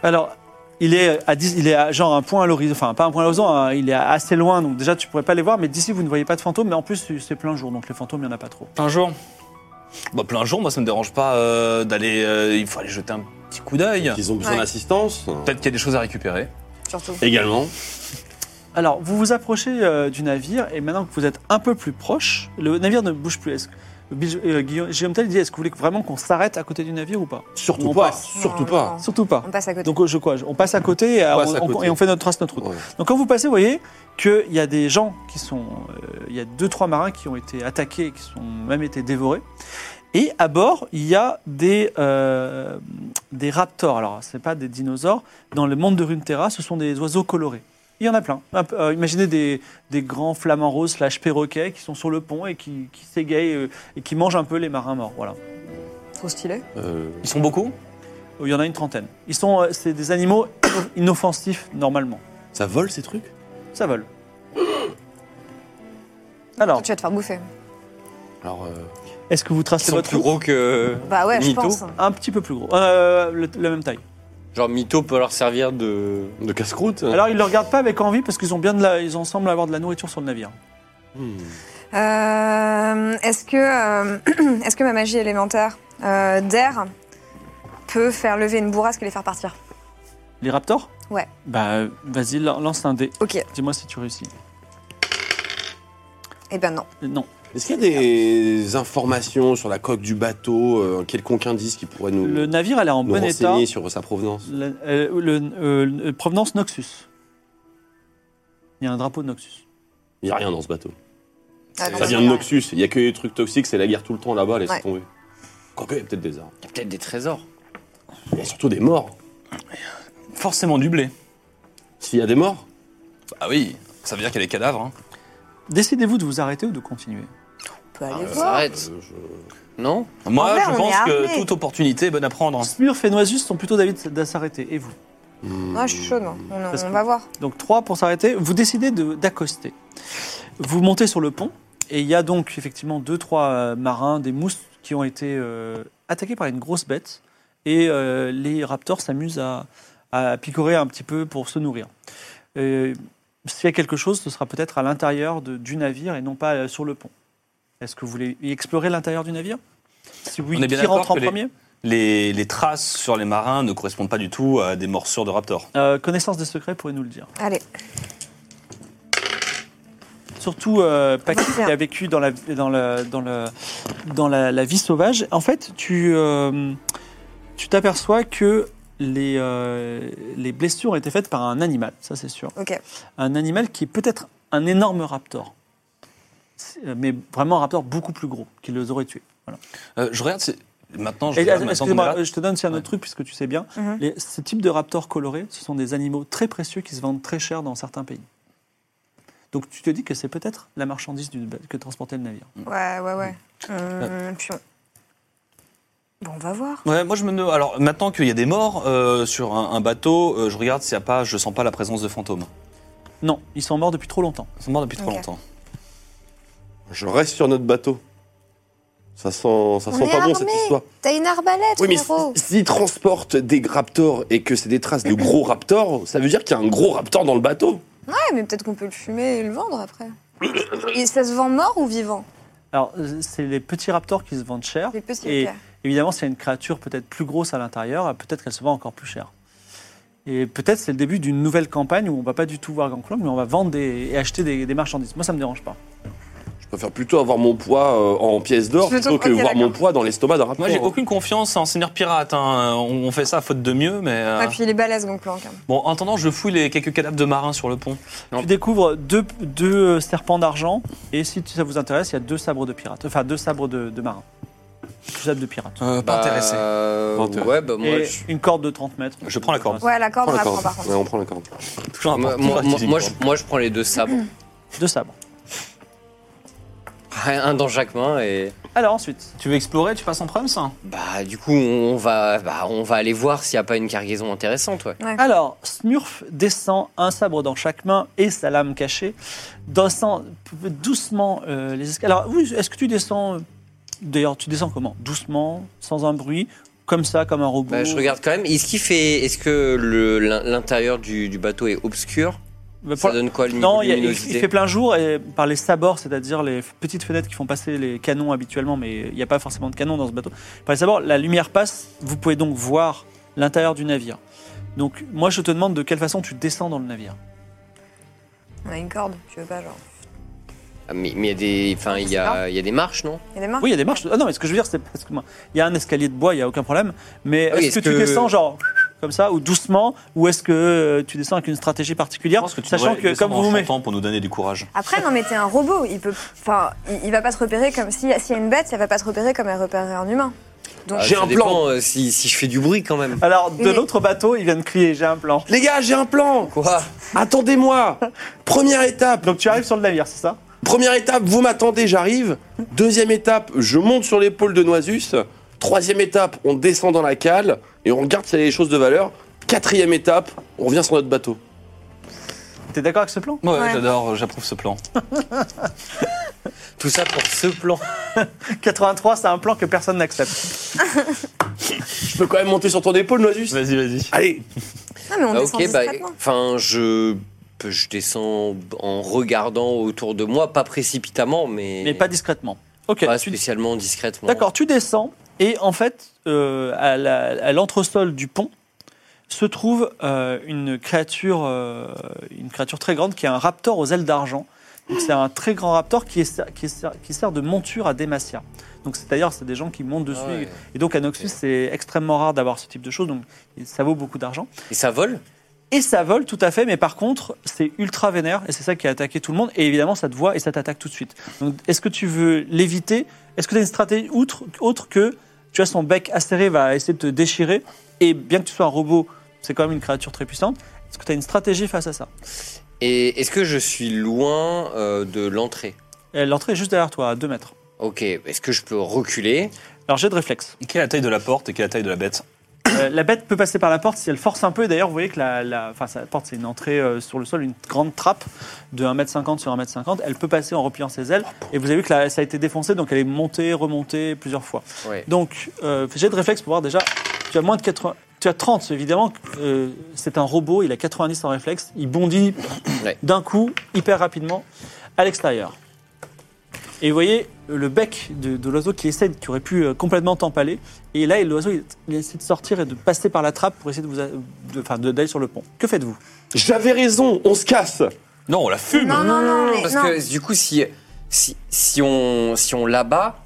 Speaker 2: Alors il est à 10 il est à genre un point à l'horizon, enfin pas un point à l'horizon, hein, il est assez loin donc déjà tu pourrais pas les voir, mais d'ici vous ne voyez pas de fantômes, mais en plus c'est plein jour donc les fantômes il y en a pas trop.
Speaker 4: Plein jour Bah plein jour, moi ça me dérange pas euh, d'aller. euh, il faut aller jeter un petit coup d'œil.
Speaker 1: Ils ont besoin
Speaker 3: Ouais.
Speaker 1: d'assistance.
Speaker 4: Peut-être qu'il y a des choses à récupérer.
Speaker 3: Surtout.
Speaker 1: Également.
Speaker 2: Alors vous vous approchez euh, du navire et maintenant que vous êtes un peu plus proche, le navire ne bouge plus. Est-ce que- Bill- euh, Guillaume Gilles Homtel dit est-ce que vous voulez vraiment qu'on s'arrête à côté du navire ou pas
Speaker 1: Surtout
Speaker 2: On
Speaker 1: pas.
Speaker 2: passe.
Speaker 1: Surtout
Speaker 3: Non,
Speaker 1: pas.
Speaker 3: non.
Speaker 2: Surtout pas.
Speaker 3: On passe à côté.
Speaker 2: Donc je quoi je- On passe à côté, et, euh,
Speaker 1: passe
Speaker 2: on-
Speaker 1: à
Speaker 2: on-
Speaker 1: côté.
Speaker 2: et on fait notre trace, notre route.
Speaker 1: Ouais.
Speaker 2: Donc quand vous passez, vous voyez qu'il y a des gens qui sont, euh, il y a deux trois marins qui ont été attaqués, qui sont même été dévorés. Et à bord, il y a des euh, des raptors. Alors c'est pas des dinosaures. Dans le monde de Runeterra, ce sont des oiseaux colorés. Il y en a plein. Un peu, euh, imaginez des, des grands flamants roses slash perroquets qui sont sur le pont et qui, qui s'égayent euh, et qui mangent un peu les marins morts. Voilà.
Speaker 3: Trop stylé.
Speaker 1: Euh,
Speaker 4: Ils sont beaucoup
Speaker 2: Il y en a une trentaine. Ils sont, euh, c'est des animaux inoffensifs normalement.
Speaker 1: ça vole ces trucs
Speaker 2: Ça vole. Alors,
Speaker 3: Tu vas te faire bouffer.
Speaker 1: Alors, euh,
Speaker 2: est-ce que vous
Speaker 5: Ils
Speaker 2: tracez
Speaker 5: sont
Speaker 2: votre
Speaker 5: plus
Speaker 2: route
Speaker 5: gros que.
Speaker 3: Bah ouais, je
Speaker 5: Mytho.
Speaker 3: pense.
Speaker 2: Un petit peu plus gros. Euh, le- la même taille.
Speaker 5: Genre, Mito peut leur servir de.
Speaker 1: de casse-croûte hein.
Speaker 2: Alors, ils ne le regardent pas avec envie parce qu'ils ont bien de la, ils en semblent avoir de la nourriture sur le navire.
Speaker 1: Hmm.
Speaker 3: Euh, est-ce que, euh, est-ce que ma magie élémentaire euh, d'air peut faire lever une bourrasque et les faire partir
Speaker 2: Les raptors
Speaker 3: Ouais.
Speaker 2: Bah, euh, vas-y, lan- lance un dé.
Speaker 3: Ok.
Speaker 2: Dis-moi si tu réussis.
Speaker 3: Eh ben non.
Speaker 2: Euh, Non.
Speaker 1: Est-ce qu'il y a des informations sur la coque du bateau, euh, un quelconque indice qui pourrait nous,
Speaker 2: Le navire, elle est en
Speaker 1: nous
Speaker 2: bon état.
Speaker 1: renseigner sur sa provenance
Speaker 2: La- euh, le, euh, le- provenance Noxus. Il y a un drapeau de Noxus.
Speaker 1: Il n'y a rien dans ce bateau.
Speaker 3: Ah, non,
Speaker 1: Ça
Speaker 3: c'est
Speaker 1: vient de
Speaker 3: vrai.
Speaker 1: Noxus, il n'y a que des trucs toxiques, c'est la guerre tout le temps là-bas, laisse
Speaker 3: Ouais.
Speaker 1: tomber. Quoique, il y a peut-être des armes.
Speaker 5: Il y a peut-être des trésors.
Speaker 1: Il y a surtout des morts.
Speaker 4: Forcément du blé.
Speaker 1: S'il y a des morts,
Speaker 4: Ah oui, ça veut dire qu'il y a des cadavres. hein.
Speaker 2: Décidez-vous de vous arrêter ou de continuer
Speaker 3: On peut aller
Speaker 5: Ça
Speaker 3: voir.
Speaker 5: s'arrête. Non
Speaker 4: Ah, Moi,
Speaker 3: En vrai,
Speaker 4: je
Speaker 3: on est
Speaker 4: pense que
Speaker 3: armés.
Speaker 4: toute opportunité est bonne à prendre.
Speaker 2: Smurf et Noisus sont plutôt d'avis de de s'arrêter. Et vous
Speaker 3: Moi, Ah, je suis chaude. moi. On,
Speaker 2: Parce
Speaker 3: on
Speaker 2: que-
Speaker 3: va voir.
Speaker 2: Donc 3 pour s'arrêter. Vous décidez de- d'accoster. Vous montez sur le pont et il y a donc effectivement deux trois euh, marins, des mousses qui ont été euh, attaqués par une grosse bête et euh, les raptors s'amusent à, à picorer un petit peu pour se nourrir. Euh, S'il y a quelque chose, ce sera peut-être à l'intérieur de- du navire et non pas euh, sur le pont. Est-ce que vous voulez y explorer l'intérieur du navire Si oui,
Speaker 4: On est bien
Speaker 2: qui rentre
Speaker 4: d'accord
Speaker 2: en
Speaker 4: que les-
Speaker 2: premier
Speaker 4: les, les traces sur les marins ne correspondent pas du tout à des morsures de raptor.
Speaker 2: Euh, connaissance des secrets, pourrait nous le dire.
Speaker 3: Allez,
Speaker 2: Surtout euh, Paquette, qui
Speaker 3: Bien.
Speaker 2: a vécu dans la, dans la, dans la, dans la, la vie sauvage. En fait, tu euh, tu t'aperçois que les, euh, les blessures ont été faites par un animal, ça c'est sûr.
Speaker 3: ok.
Speaker 2: un animal qui est peut-être un énorme raptor. C'est- euh, Mais vraiment un raptor beaucoup plus gros, qui les aurait tués. Voilà.
Speaker 4: Euh, je regarde, c'est- maintenant je
Speaker 2: Et,
Speaker 4: regarde, maintenant qu'on est
Speaker 2: Excusez-moi,
Speaker 4: là.
Speaker 2: euh, je te donne aussi un autre
Speaker 4: Ouais.
Speaker 2: truc, puisque tu sais bien.
Speaker 3: Mhm.
Speaker 2: les- ce type de raptors colorés, ce sont des animaux très précieux qui se vendent très cher dans certains pays. Donc tu te dis que c'est peut-être la marchandise du- que transportait le navire.
Speaker 4: Mm.
Speaker 3: Ouais, ouais, ouais.
Speaker 1: Mm.
Speaker 3: Hum, puis on... Bon, on va voir.
Speaker 4: Ouais, moi je me demande- alors maintenant qu'il y a des morts euh, sur un, un bateau, euh, je regarde s'il y a pas, je sens pas la présence de fantômes.
Speaker 2: Non, ils sont morts depuis trop longtemps.
Speaker 4: Ils sont morts depuis trop
Speaker 3: Ok.
Speaker 4: longtemps.
Speaker 1: Je reste sur notre bateau. Ça sent, ça
Speaker 3: On
Speaker 1: sent
Speaker 3: est
Speaker 1: pas bon cette
Speaker 3: armés.
Speaker 1: histoire.
Speaker 3: T'as une arbalète,
Speaker 1: Oui, mais
Speaker 3: frérot.
Speaker 1: s- s'ils transportent des raptors et que c'est des traces de gros raptors, ça veut dire qu'il y a un gros raptor dans le bateau.
Speaker 3: Ouais, Ah, mais peut-être qu'on peut le fumer et le vendre après. Et ça se vend mort ou vivant
Speaker 2: Alors euh, c'est les petits raptors qui se vendent cher.
Speaker 3: Les petits,
Speaker 2: Et
Speaker 3: ok.
Speaker 2: évidemment, s'il y a une créature peut-être plus grosse à l'intérieur, peut-être qu'elle se vend encore plus cher. Et peut-être c'est le début d'une nouvelle campagne où on va pas du tout voir Grand Clone, mais on va vendre des- et acheter des, des marchandises. Moi, ça me dérange pas.
Speaker 1: Je préfère plutôt avoir mon poids euh, en pièces d'or
Speaker 3: Tu veux ton-
Speaker 1: plutôt que
Speaker 3: ok,
Speaker 1: voir
Speaker 3: d'accord.
Speaker 1: mon poids dans l'estomac d'un raptor.
Speaker 4: Moi j'ai aucune confiance en Seigneur Pirate, hein. on, on fait ça à faute de mieux, mais...
Speaker 1: Ah.
Speaker 4: euh,
Speaker 3: Ouais, Ah, puis il est balèze, Gonplank. hein.
Speaker 4: Bon, en attendant, je fouille les quelques cadavres de marins sur le pont. Non.
Speaker 2: Tu découvres deux, deux euh, serpents d'argent, et si ça vous intéresse, il y a deux sabres de pirates. Enfin, deux sabres de, de marins. Deux sabres de pirates.
Speaker 4: Euh, pas intéressé.
Speaker 5: Euh,
Speaker 1: Pas intéressé.
Speaker 5: Ouais, bah moi,
Speaker 2: et
Speaker 5: je,
Speaker 2: une corde de 30 mètres.
Speaker 4: Je prends la corde.
Speaker 3: Ouais, la corde,
Speaker 1: On
Speaker 3: on
Speaker 1: prend
Speaker 3: la
Speaker 1: Oh, la
Speaker 3: prend par
Speaker 1: corde. Ouais,
Speaker 3: contre.
Speaker 1: on prend la corde.
Speaker 4: Toujours un
Speaker 5: moi,
Speaker 4: porteur
Speaker 5: moi-
Speaker 4: physique,
Speaker 5: moi,
Speaker 4: quoi.
Speaker 5: je, moi, je prends les deux sabres.
Speaker 2: Deux sabres.
Speaker 5: un dans chaque main et.
Speaker 2: Alors ensuite,
Speaker 4: Tu veux explorer, tu passes en prime, ça
Speaker 5: Bah, du coup, on va, bah, on va aller voir s'il n'y a pas une cargaison intéressante, ouais.
Speaker 2: alors Smurf descend, un sabre dans chaque main et sa lame cachée, descend doucement euh, les escaliers. Alors oui, est-ce que tu descends euh, D'ailleurs, tu descends comment Doucement, sans un bruit, comme ça, comme un robot.
Speaker 5: Bah, je regarde quand même. Est-ce qu'il fait. Est-ce que le- l'in- l'intérieur du, du bateau est obscur
Speaker 2: Bah, pour-
Speaker 5: Ça donne quoi, lumi-
Speaker 2: Non, il, y a- il- il
Speaker 5: luminosité
Speaker 2: fait plein jour et par les sabords, c'est-à-dire les f- petites fenêtres qui font passer les canons habituellement, mais il n'y a pas forcément de canon dans ce bateau. Par les sabords, la lumière passe, vous pouvez donc voir l'intérieur du navire. Donc moi je te demande de quelle façon tu descends dans le navire.
Speaker 3: On a une corde, tu veux pas, genre.
Speaker 5: Ah, Mais mais il y a des. Enfin, il y a, il y a des marches, non
Speaker 3: Il y a des marques
Speaker 2: Oui, il y a des marches. Ah non, mais ce que je veux dire c'est parce que moi, il y a un escalier de bois, il y a aucun problème, mais
Speaker 5: Ah oui,
Speaker 2: est-ce
Speaker 5: est-ce
Speaker 2: que, tu
Speaker 5: que-
Speaker 2: descends genre comme ça ou doucement ou est-ce que euh, tu descends avec une stratégie particulière sachant que comme vous vous mettez
Speaker 4: temps pour nous donner du courage.
Speaker 3: Après, non, mais t'es un robot. Il peut. Enfin, il, il va pas te repérer comme. S'il y a- s'il y a une bête, elle va pas te repérer comme elle repérerait un humain.
Speaker 5: Ah,
Speaker 1: J'ai
Speaker 5: ça
Speaker 1: un
Speaker 5: dépend,
Speaker 1: plan.
Speaker 5: euh, si, si je fais du bruit quand même.
Speaker 2: alors de
Speaker 3: Mais-
Speaker 2: l'autre bateau, il vient de crier j'ai un plan.
Speaker 1: Les gars, j'ai un plan.
Speaker 5: Quoi
Speaker 1: Attendez-moi. Première étape.
Speaker 2: Donc tu arrives sur le navire, c'est ça
Speaker 1: Première étape, vous m'attendez, j'arrive. Deuxième étape, je monte sur l'épaule de Noisus. Troisième étape, on descend dans la cale et on regarde s'il y a des choses de valeur. Quatrième étape, on revient sur notre bateau.
Speaker 2: T'es d'accord avec ce plan
Speaker 4: Ouais,
Speaker 3: Ouais.
Speaker 4: j'adore, j'approuve ce plan.
Speaker 5: Tout ça pour ce plan.
Speaker 2: 83, c'est un plan que personne n'accepte.
Speaker 1: Je peux quand même monter sur ton épaule, Noisus
Speaker 4: Vas-y, vas-y.
Speaker 1: Allez,
Speaker 3: Non, mais on
Speaker 5: Ah,
Speaker 3: descend
Speaker 5: ok, bah,
Speaker 3: discrètement.
Speaker 5: enfin, je, je descends en regardant autour de moi, pas précipitamment, mais,
Speaker 2: Mais pas discrètement. Ok,
Speaker 5: pas
Speaker 2: tu-
Speaker 5: spécialement discrètement.
Speaker 2: d'accord, tu descends et en fait, euh, à la- à l'entresol du pont se trouve euh, une créature, euh, une créature très grande qui est un raptor aux ailes d'argent. Donc, C'est un très grand raptor qui, est- qui, est- qui sert de monture à Demacia. Donc c'est-à-dire c'est des gens qui montent dessus.
Speaker 5: Ah ouais.
Speaker 2: Et donc à Noxus c'est extrêmement rare d'avoir ce type de choses, donc ça vaut beaucoup d'argent.
Speaker 5: Et ça vole
Speaker 2: Et ça vole tout à fait, mais par contre, c'est ultra vénère et c'est ça qui a attaqué tout le monde. Et évidemment, ça te voit et ça t'attaque tout de suite. Donc, est-ce que tu veux l'éviter Est-ce que tu as une stratégie outre, autre que tu as son bec acéré va essayer de te déchirer Et bien que tu sois un robot, c'est quand même une créature très puissante. Est-ce que tu as une stratégie face à ça
Speaker 5: Et est-ce que je suis loin euh, de l'entrée
Speaker 2: Et Euh, L'entrée est juste derrière toi, à 2 mètres.
Speaker 5: Ok, est-ce que je peux reculer
Speaker 2: Alors, j'ai de réflexe.
Speaker 4: Quelle est la taille de la porte et quelle est la taille de la bête
Speaker 2: Euh, la bête peut passer par la porte si elle force un peu. Et D'ailleurs, vous voyez que la, la- enfin, sa porte, c'est une entrée euh, sur le sol, une grande trappe de 1m50 sur 1m50. Elle peut passer en repliant ses ailes. Et vous avez vu que la- ça a été défoncé, donc elle est montée, remontée plusieurs fois.
Speaker 5: Ouais.
Speaker 2: Donc, euh, j'ai de réflexe pour voir déjà. Tu as moins de 80. Tu as 30, évidemment. euh, c'est un robot, il a 90 en réflexe. Il bondit
Speaker 5: Ouais.
Speaker 2: d'un coup, hyper rapidement, à l'extérieur. Et vous voyez le bec de, de l'oiseau qui essaie, de- qui aurait pu euh, complètement t'empaler. Et là, l'oiseau, il, il essaie de sortir et de passer par la trappe pour essayer de vous, a- de- enfin, de- d'aller sur le pont. Que faites-vous
Speaker 1: J'avais raison, on se casse.
Speaker 5: Non, on la fume.
Speaker 3: Non, non, non, mais
Speaker 5: Parce
Speaker 3: non.
Speaker 5: que du coup, si, si, si on, si on l'abat,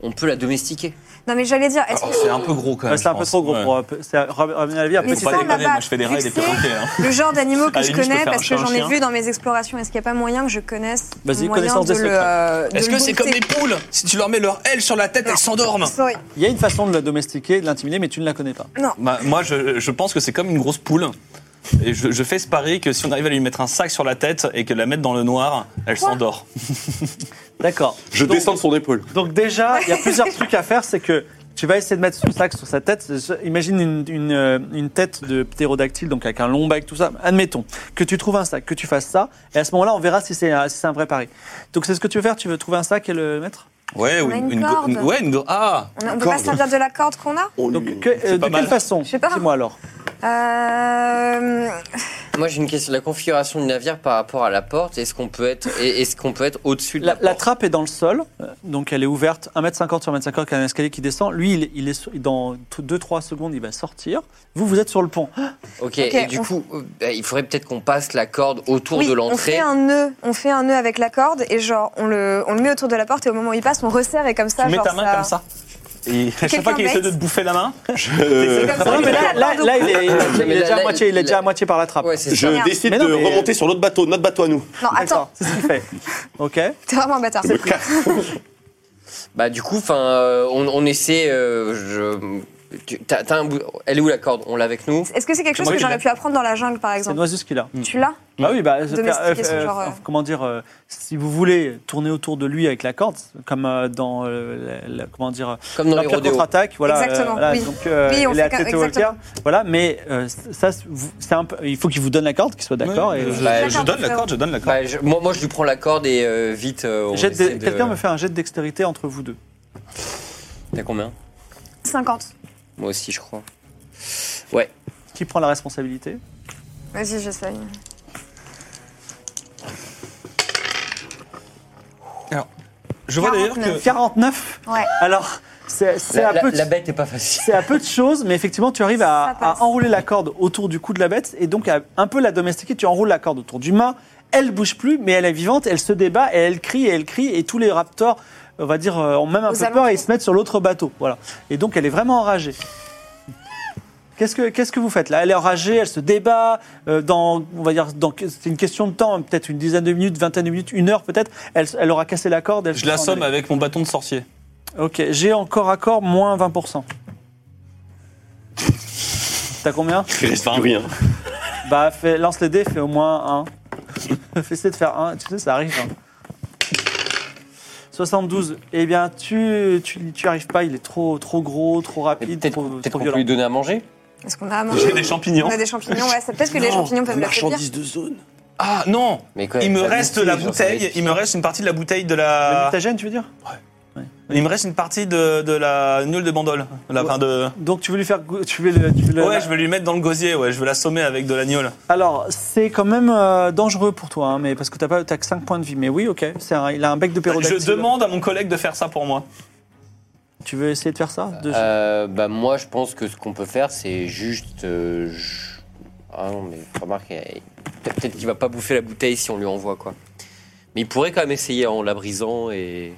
Speaker 5: on peut la domestiquer.
Speaker 3: Non, mais j'allais dire, est-ce
Speaker 4: Oh,
Speaker 3: que
Speaker 4: c'est un peu gros quand même.
Speaker 2: Ouais, c'est un peu trop gros pour euh, c'est à- ramener à la vie. Après,
Speaker 3: Mais
Speaker 4: Mais
Speaker 3: c'est
Speaker 4: faut
Speaker 3: ça,
Speaker 4: pas déconner,
Speaker 3: là-bas,
Speaker 4: moi je fais des
Speaker 3: vu
Speaker 4: raids et
Speaker 3: que
Speaker 4: des perroquets. hein.
Speaker 3: le genre d'animaux que
Speaker 4: À la
Speaker 3: je
Speaker 4: limite, je peux
Speaker 3: connais
Speaker 4: faire
Speaker 3: parce
Speaker 4: un
Speaker 3: que
Speaker 4: chat, un
Speaker 3: j'en ai
Speaker 4: chien.
Speaker 3: vu dans mes explorations Est-ce qu'il n'y a pas moyen que je connaisse
Speaker 2: Vas-y,
Speaker 3: moyen
Speaker 2: connaissance
Speaker 3: de
Speaker 2: des
Speaker 3: le,
Speaker 2: secrets.
Speaker 3: euh, de
Speaker 6: Est-ce
Speaker 3: le
Speaker 6: que c'est comme les
Speaker 3: goûter
Speaker 6: poules Si tu leur mets leur aile sur la tête, elles s'endorment.
Speaker 3: Sorry.
Speaker 2: Il y a une façon de la domestiquer, de l'intimider, mais tu ne la connais pas.
Speaker 4: Bah, moi, je, je pense que c'est comme une grosse poule. Et je, je fais ce pari que si on arrive à lui mettre un sac sur la tête et que la mettre dans le noir, elle s'endort.
Speaker 2: D'accord.
Speaker 1: Je
Speaker 2: Donc-
Speaker 1: descends de son épaule.
Speaker 2: Donc déjà, il y a plusieurs trucs à faire, c'est que tu vas essayer de mettre ce sac sur sa tête. Imagine une, une, euh, une tête de ptérodactyle, donc avec un long bec, tout ça. Admettons que tu trouves un sac, que tu fasses ça, et à ce moment-là, on verra si c'est un- si c'est un vrai pari. Donc c'est ce que tu veux faire, tu veux trouver un sac et le mettre
Speaker 4: Ouais,
Speaker 3: On
Speaker 4: ou
Speaker 3: a une
Speaker 4: go-
Speaker 3: corde.
Speaker 4: ouais, une go- Ah
Speaker 3: On ne peut pas se servir de la corde qu'on a
Speaker 1: On-
Speaker 2: Donc que- euh, de
Speaker 4: pas
Speaker 2: quelle
Speaker 4: mal.
Speaker 2: façon
Speaker 3: Je sais pas.
Speaker 2: Dis-moi alors.
Speaker 3: Euh,
Speaker 5: Moi, j'ai une question. La configuration du navire par rapport à la porte, est-ce qu'on peut être, et- est-ce qu'on peut être au-dessus de la,
Speaker 2: La, la
Speaker 5: porte
Speaker 2: trappe est dans le sol, euh, donc elle est ouverte 1m50 sur 1m50 avec un escalier qui descend. Lui, il, il est sur- dans 2-3 secondes, il va sortir. Vous, vous êtes sur le pont.
Speaker 3: Ok,
Speaker 5: Ok, et du
Speaker 3: on-
Speaker 5: coup, euh, bah, il faudrait peut-être qu'on passe la corde autour
Speaker 3: oui,
Speaker 5: de
Speaker 3: on fait
Speaker 5: l'entrée.
Speaker 3: un nœud, on fait un nœud avec la corde et genre on le, on le met autour de la porte et au moment où il passe, on resserre et comme ça,
Speaker 4: Tu mets
Speaker 3: genre
Speaker 4: ta main comme ça. Et à chaque
Speaker 3: Quelqu'un
Speaker 4: fois qu'il essaie
Speaker 3: bête.
Speaker 4: de te bouffer la main,
Speaker 1: je,
Speaker 3: C'est comme ça.
Speaker 2: Non, mais là, là- là, il est, il est
Speaker 5: Mais
Speaker 2: déjà,
Speaker 5: la-
Speaker 2: à moitié, il est
Speaker 5: la-
Speaker 2: déjà à moitié par la trappe.
Speaker 5: Ouais, c'est
Speaker 1: je
Speaker 5: ça.
Speaker 3: Merde.
Speaker 1: décide
Speaker 2: Mais non,
Speaker 1: de
Speaker 2: mais-
Speaker 1: remonter sur l'autre bateau, notre bateau à nous.
Speaker 3: Non,
Speaker 2: D'accord,
Speaker 3: attends,
Speaker 2: c'est ce qu'il fait. Ok.
Speaker 3: t'es vraiment un bâtard.
Speaker 1: Je me casse.
Speaker 5: Bah, du coup, enfin, euh, on, on essaie. euh, je... tu- t'as- t'as un bout- Elle est où la corde On l'a avec nous
Speaker 3: Est-ce que c'est quelque chose
Speaker 4: moi
Speaker 3: que
Speaker 4: qui
Speaker 3: j'aurais
Speaker 4: l'ai.
Speaker 3: pu apprendre dans la jungle par
Speaker 2: C'est
Speaker 3: exemple
Speaker 2: Noisus qui l'a.
Speaker 3: Tu l'as
Speaker 2: Bah oui, bah,
Speaker 3: Mm. Domestiquer
Speaker 2: faire-
Speaker 3: ce genre, euh.
Speaker 2: comment dire, euh, si vous voulez tourner autour de lui avec la corde, comme euh, dans euh, la- la- comment dire,
Speaker 5: Comme dans les
Speaker 2: l'Empire
Speaker 5: rodéos.
Speaker 2: contre-attaque, voilà.
Speaker 3: Exactement,
Speaker 2: voilà,
Speaker 3: oui.
Speaker 2: Donc, euh,
Speaker 3: Oui, on
Speaker 2: il est
Speaker 3: fait
Speaker 2: à
Speaker 3: comme-
Speaker 2: tête au
Speaker 3: exactement.
Speaker 2: Walker, voilà, mais euh, ça, c'est- vous- c'est un peu, il faut qu'il vous donne la corde, qu'il soit d'accord.
Speaker 4: Ouais,
Speaker 2: et-
Speaker 4: je,
Speaker 5: Bah,
Speaker 4: je
Speaker 3: d'accord,
Speaker 4: donne la
Speaker 3: frère.
Speaker 4: corde, je donne la corde.
Speaker 5: Bah, je- moi, moi, je lui prends la corde et euh, vite. euh, on
Speaker 2: Jet de-
Speaker 5: essaie de-
Speaker 2: Quelqu'un me fait un jet de dextérité entre vous deux.
Speaker 5: T'as combien
Speaker 3: 50.
Speaker 5: Moi aussi, je crois.
Speaker 2: Qui prend la responsabilité
Speaker 3: Vas-y, j'essaye.
Speaker 4: je vois d'ailleurs que
Speaker 3: 49.
Speaker 2: 49
Speaker 3: Ouais.
Speaker 2: Alors, c'est c'est
Speaker 5: La,
Speaker 2: à
Speaker 5: la-
Speaker 2: peu de-
Speaker 5: la bête est pas facile.
Speaker 2: C'est à peu de choses, mais effectivement, tu arrives à,
Speaker 3: Ça passe.
Speaker 2: à enrouler la corde autour du cou de la bête et donc à un peu la domestiquer. Tu enroules la corde autour du mât. Elle bouge plus, mais elle est vivante. Elle se débat et elle crie et elle crie. Et tous les raptors, on va dire, euh, ont même un
Speaker 3: Aux
Speaker 2: peu peur
Speaker 3: alentours.
Speaker 2: et ils se mettent sur l'autre bateau. Voilà. Et donc, elle est vraiment enragée. Qu'est-ce que, qu'est-ce que vous faites là Elle est enragée, elle se débat. euh, dans, on va dire, dans, c'est une question de temps, hein, peut-être une dizaine de minutes, vingtaine de minutes, une heure peut-être. Elle, elle aura cassé la corde. Elle
Speaker 4: je
Speaker 2: sera
Speaker 4: l'assomme
Speaker 2: emballée.
Speaker 4: avec mon bâton de sorcier.
Speaker 2: Ok, j'ai encore à corps moins 20%. T'as combien
Speaker 1: Il reste plus rien.
Speaker 2: Bah, fais- lance les dés, fais au moins un. fais essayer de faire un, tu sais, ça arrive. hein. 72. Eh bien, tu, tu, tu arrives pas, il est trop, trop gros, trop
Speaker 5: Mais
Speaker 2: rapide,
Speaker 5: Peut-être
Speaker 2: trop,
Speaker 5: peut-être
Speaker 2: trop
Speaker 5: qu'on peut lui
Speaker 2: violent.
Speaker 5: donner à manger.
Speaker 3: Est-ce qu'on a à manger
Speaker 4: J'ai des champignons.
Speaker 3: On a des champignons, ouais, c'est peut-être que les champignons peuvent la faire.
Speaker 1: marchandise de zone.
Speaker 4: Ah non
Speaker 5: Mais quoi,
Speaker 4: Il me
Speaker 5: ça
Speaker 4: reste
Speaker 5: goûte,
Speaker 4: la
Speaker 5: j'en
Speaker 4: bouteille,
Speaker 5: savais.
Speaker 4: il me reste une partie de la bouteille de
Speaker 2: La
Speaker 4: la.
Speaker 2: mutagène, tu veux dire
Speaker 4: Il me reste une partie de, de la nulle de bandole. La, enfin, de...
Speaker 2: Donc, tu veux lui faire. go- Tu veux le. Tu veux le-
Speaker 4: Ouais, je vais lui mettre dans le gosier, ouais, je vais l'assommer avec de la gnôle.
Speaker 2: Alors, c'est quand même euh, dangereux pour toi, hein, mais parce que t'as pas- t'as que 5 points de vie. Mais oui, ok, c'est un- il a un bec de pérodactyle.
Speaker 4: Je demande à mon collègue de faire ça pour moi.
Speaker 2: Tu veux essayer de faire ça De-
Speaker 5: Euh, bah, moi, je pense que ce qu'on peut faire, c'est juste. euh, je- Ah non, mais remarque, euh, peut- peut-être qu'il va pas bouffer la bouteille si on lui envoie quoi. Mais il pourrait quand même essayer en la brisant et.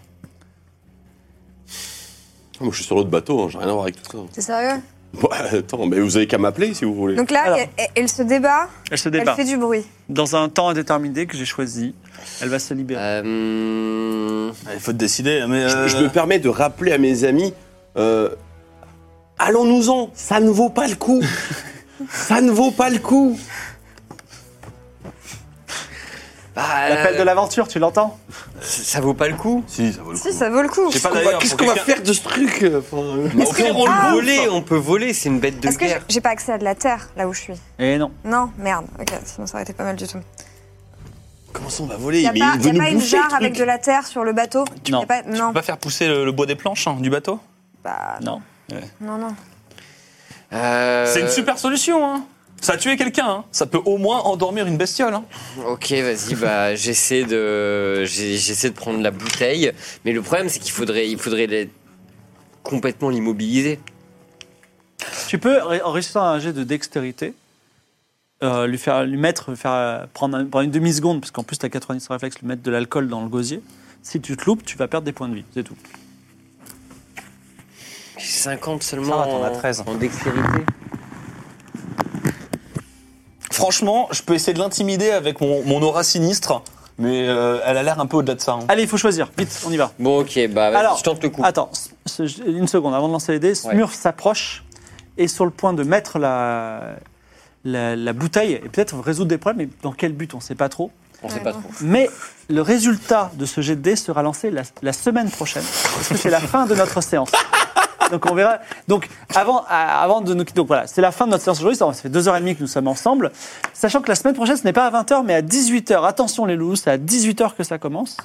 Speaker 1: Moi, je suis sur l'autre bateau, hein, j'ai rien à voir avec tout ça.
Speaker 3: T'es sérieux
Speaker 1: Bon, attends, mais vous avez qu'à m'appeler si vous voulez.
Speaker 3: Donc là,
Speaker 2: Alors.
Speaker 3: elle, elle- elle se débat,
Speaker 2: Elle se
Speaker 3: elle
Speaker 2: débat.
Speaker 3: fait du bruit.
Speaker 2: Dans un temps indéterminé que j'ai choisi, elle va se libérer.
Speaker 5: Euh,
Speaker 4: Il faut te décider, mais.
Speaker 1: Je-
Speaker 4: euh,
Speaker 1: Je me permets de rappeler à mes amis, euh, allons-nous-en, ça ne vaut pas le coup. ça ne vaut pas le coup.
Speaker 5: Bah,
Speaker 2: L'appel
Speaker 5: euh,
Speaker 2: de l'aventure, tu l'entends
Speaker 5: ça vaut pas le coup.
Speaker 4: Si, ça vaut le
Speaker 3: Si, ça vaut le coup.
Speaker 4: Je sais pas
Speaker 1: Qu'on va-
Speaker 4: d'ailleurs.
Speaker 1: Bah, Qu'est-ce
Speaker 4: Bah, pour
Speaker 1: qu'on va
Speaker 4: quelqu'un-
Speaker 1: faire de ce truc enfin, euh,
Speaker 5: Mais
Speaker 4: Est-ce que-
Speaker 5: on peut
Speaker 4: Ah,
Speaker 5: voler, on peut voler, c'est une bête de
Speaker 3: Est-ce que j'ai-
Speaker 5: guerre.
Speaker 3: j'ai pas accès à de la terre là où je suis
Speaker 2: Eh non.
Speaker 3: Non, merde. Ok, sinon ça aurait été pas mal du tout.
Speaker 1: Comment ça on
Speaker 4: Bah,
Speaker 1: va voler
Speaker 3: Il a
Speaker 1: Mais
Speaker 3: pas,
Speaker 1: il
Speaker 3: y
Speaker 1: veut
Speaker 3: a
Speaker 1: nous
Speaker 3: pas une
Speaker 1: bouffer, le
Speaker 3: jarre avec
Speaker 1: truc.
Speaker 3: de la terre sur le bateau
Speaker 2: Non.
Speaker 3: Y a pas-
Speaker 4: On
Speaker 3: non.
Speaker 4: va faire pousser le, le bois des planches hein, du bateau.
Speaker 3: Bah,
Speaker 2: Non.
Speaker 3: non, non.
Speaker 5: Euh,
Speaker 4: C'est une super solution, hein Ça a tué quelqu'un, hein. ça peut au moins endormir une bestiole. hein.
Speaker 5: Euh, Ok, vas-y, bah, j'essaie de, j'ai- j'essaie de prendre la bouteille, mais le problème c'est qu'il faudrait, il faudrait les- complètement l'immobiliser.
Speaker 2: Tu peux, en réussissant un jet de dextérité, euh, lui, faire, lui mettre, faire, euh, prendre, un- prendre une demi-seconde, parce qu'en plus, tu as 90 sur réflexe, lui mettre de l'alcool dans le gosier. Si tu te loupes, tu vas perdre des points de vie, c'est tout.
Speaker 5: J'ai 50
Speaker 4: Ça
Speaker 5: seulement
Speaker 4: va, t'en as
Speaker 5: en-
Speaker 4: 13.
Speaker 5: en dextérité.
Speaker 4: Franchement, je peux essayer de l'intimider avec mon, mon aura sinistre, mais euh, elle a l'air un peu au-delà de ça. hein.
Speaker 2: Allez, il faut choisir, vite, on y va.
Speaker 5: Bon, ok, bah, vas-y,
Speaker 2: Alors,
Speaker 5: je tente le
Speaker 3: ah,
Speaker 5: coup.
Speaker 2: Attends, ce- ce- une seconde, avant de lancer les dés, ce
Speaker 5: Ouais.
Speaker 2: mur s'approche et sur le point de mettre la, la, la bouteille, et peut-être résoudre des problèmes, mais dans quel but, on ne sait pas trop.
Speaker 5: On sait
Speaker 3: Ouais,
Speaker 5: pas
Speaker 3: non.
Speaker 5: trop.
Speaker 2: Mais le résultat de ce jet de dés sera lancé la, la semaine prochaine, parce que c'est la fin de notre séance. Donc on verra. Donc avant, à- avant de nous quitter, donc voilà, c'est la fin de notre séance aujourd'hui. Ça fait deux heures et demie que nous sommes ensemble, sachant que la semaine prochaine ce n'est pas à 20h mais à 18h. Attention les loups, c'est à 18h que ça commence.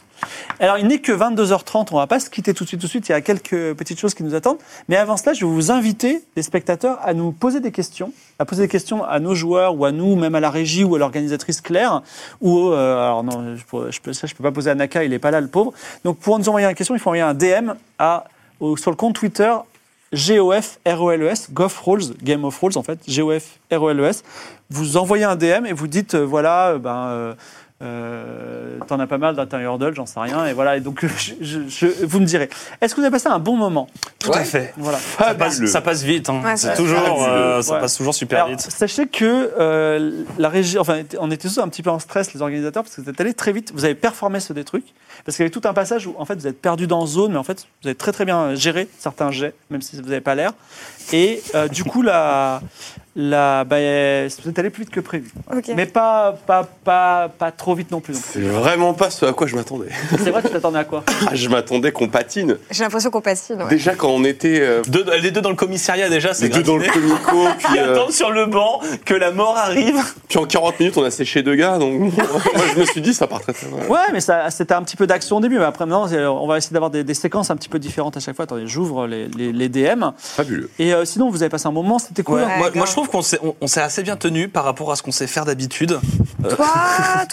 Speaker 2: Alors il n'est que 22h30, on va pas se quitter tout de suite, tout de suite. Il y a quelques petites choses qui nous attendent, mais avant cela, je vais vous inviter, les spectateurs, à nous poser des questions, à poser des questions à nos joueurs ou à nous, ou même à la régie ou à l'organisatrice Claire. Ou euh, alors non, je, pourrais- je peux, ça je peux pas poser à Naka, il est pas là, le pauvre. Donc pour nous envoyer une question, il faut envoyer un DM à au- sur le compte Twitter GOF ROLES, Golf Rules, Game of Rules en fait, GOF ROLES. E Vous envoyez un DM et vous dites, euh, voilà, euh, ben, euh, euh, t'en as pas mal dans ta hurdle, j'en sais rien, et voilà, et donc je- je- je- vous me direz. Est-ce que vous avez passé un bon moment
Speaker 4: Tout à fait.
Speaker 2: Voilà.
Speaker 4: Ça passe, ça passe vite, hein.
Speaker 3: Ouais, ça
Speaker 4: c'est
Speaker 3: passe
Speaker 4: toujours,
Speaker 1: vite.
Speaker 4: euh, ça
Speaker 2: Ouais.
Speaker 4: passe toujours super
Speaker 2: Alors,
Speaker 4: vite.
Speaker 2: Sachez que euh, la régie, enfin, on était tous un petit peu en stress, les organisateurs, parce que vous êtes allés très vite, vous avez performé ce des trucs, parce qu'il y avait tout un passage où en fait vous êtes perdu dans zone, mais en fait vous avez très très bien géré certains jets, même si vous n'avez pas l'air. Et euh, du coup, la, la, bah, euh, vous êtes allés plus vite que prévu,
Speaker 3: Ok.
Speaker 2: mais pas, pas, pas, pas trop vite non plus. donc.
Speaker 1: C'est vraiment pas ce à quoi je m'attendais.
Speaker 2: C'est vrai, tu t'attendais à quoi
Speaker 1: Ah, je m'attendais qu'on patine.
Speaker 3: J'ai l'impression qu'on patine. ouais.
Speaker 1: Déjà quand on était euh,
Speaker 4: Deux- les deux dans le commissariat déjà, c'est
Speaker 1: les deux dans le
Speaker 4: gratiné.
Speaker 1: comico, puis,
Speaker 4: Ils
Speaker 1: euh,
Speaker 4: attendent sur le banc que la mort arrive.
Speaker 1: puis en 40 minutes on a séché deux gars, donc moi je me suis dit ça part très très mal.
Speaker 2: Ouais, mais ça, c'était un petit peu d'action au début, mais après maintenant, c'est- on va essayer d'avoir des, des séquences un petit peu différentes à chaque fois. Attendez, j'ouvre les, les- les DM.
Speaker 1: Fabuleux.
Speaker 2: Et euh, sinon, vous avez passé un moment, c'était cool. hein.
Speaker 3: Ouais,
Speaker 4: moi, moi,
Speaker 3: grave.
Speaker 4: je trouve qu'on s'est on- on s'est assez bien tenu par rapport à ce qu'on sait faire d'habitude.
Speaker 3: Toi,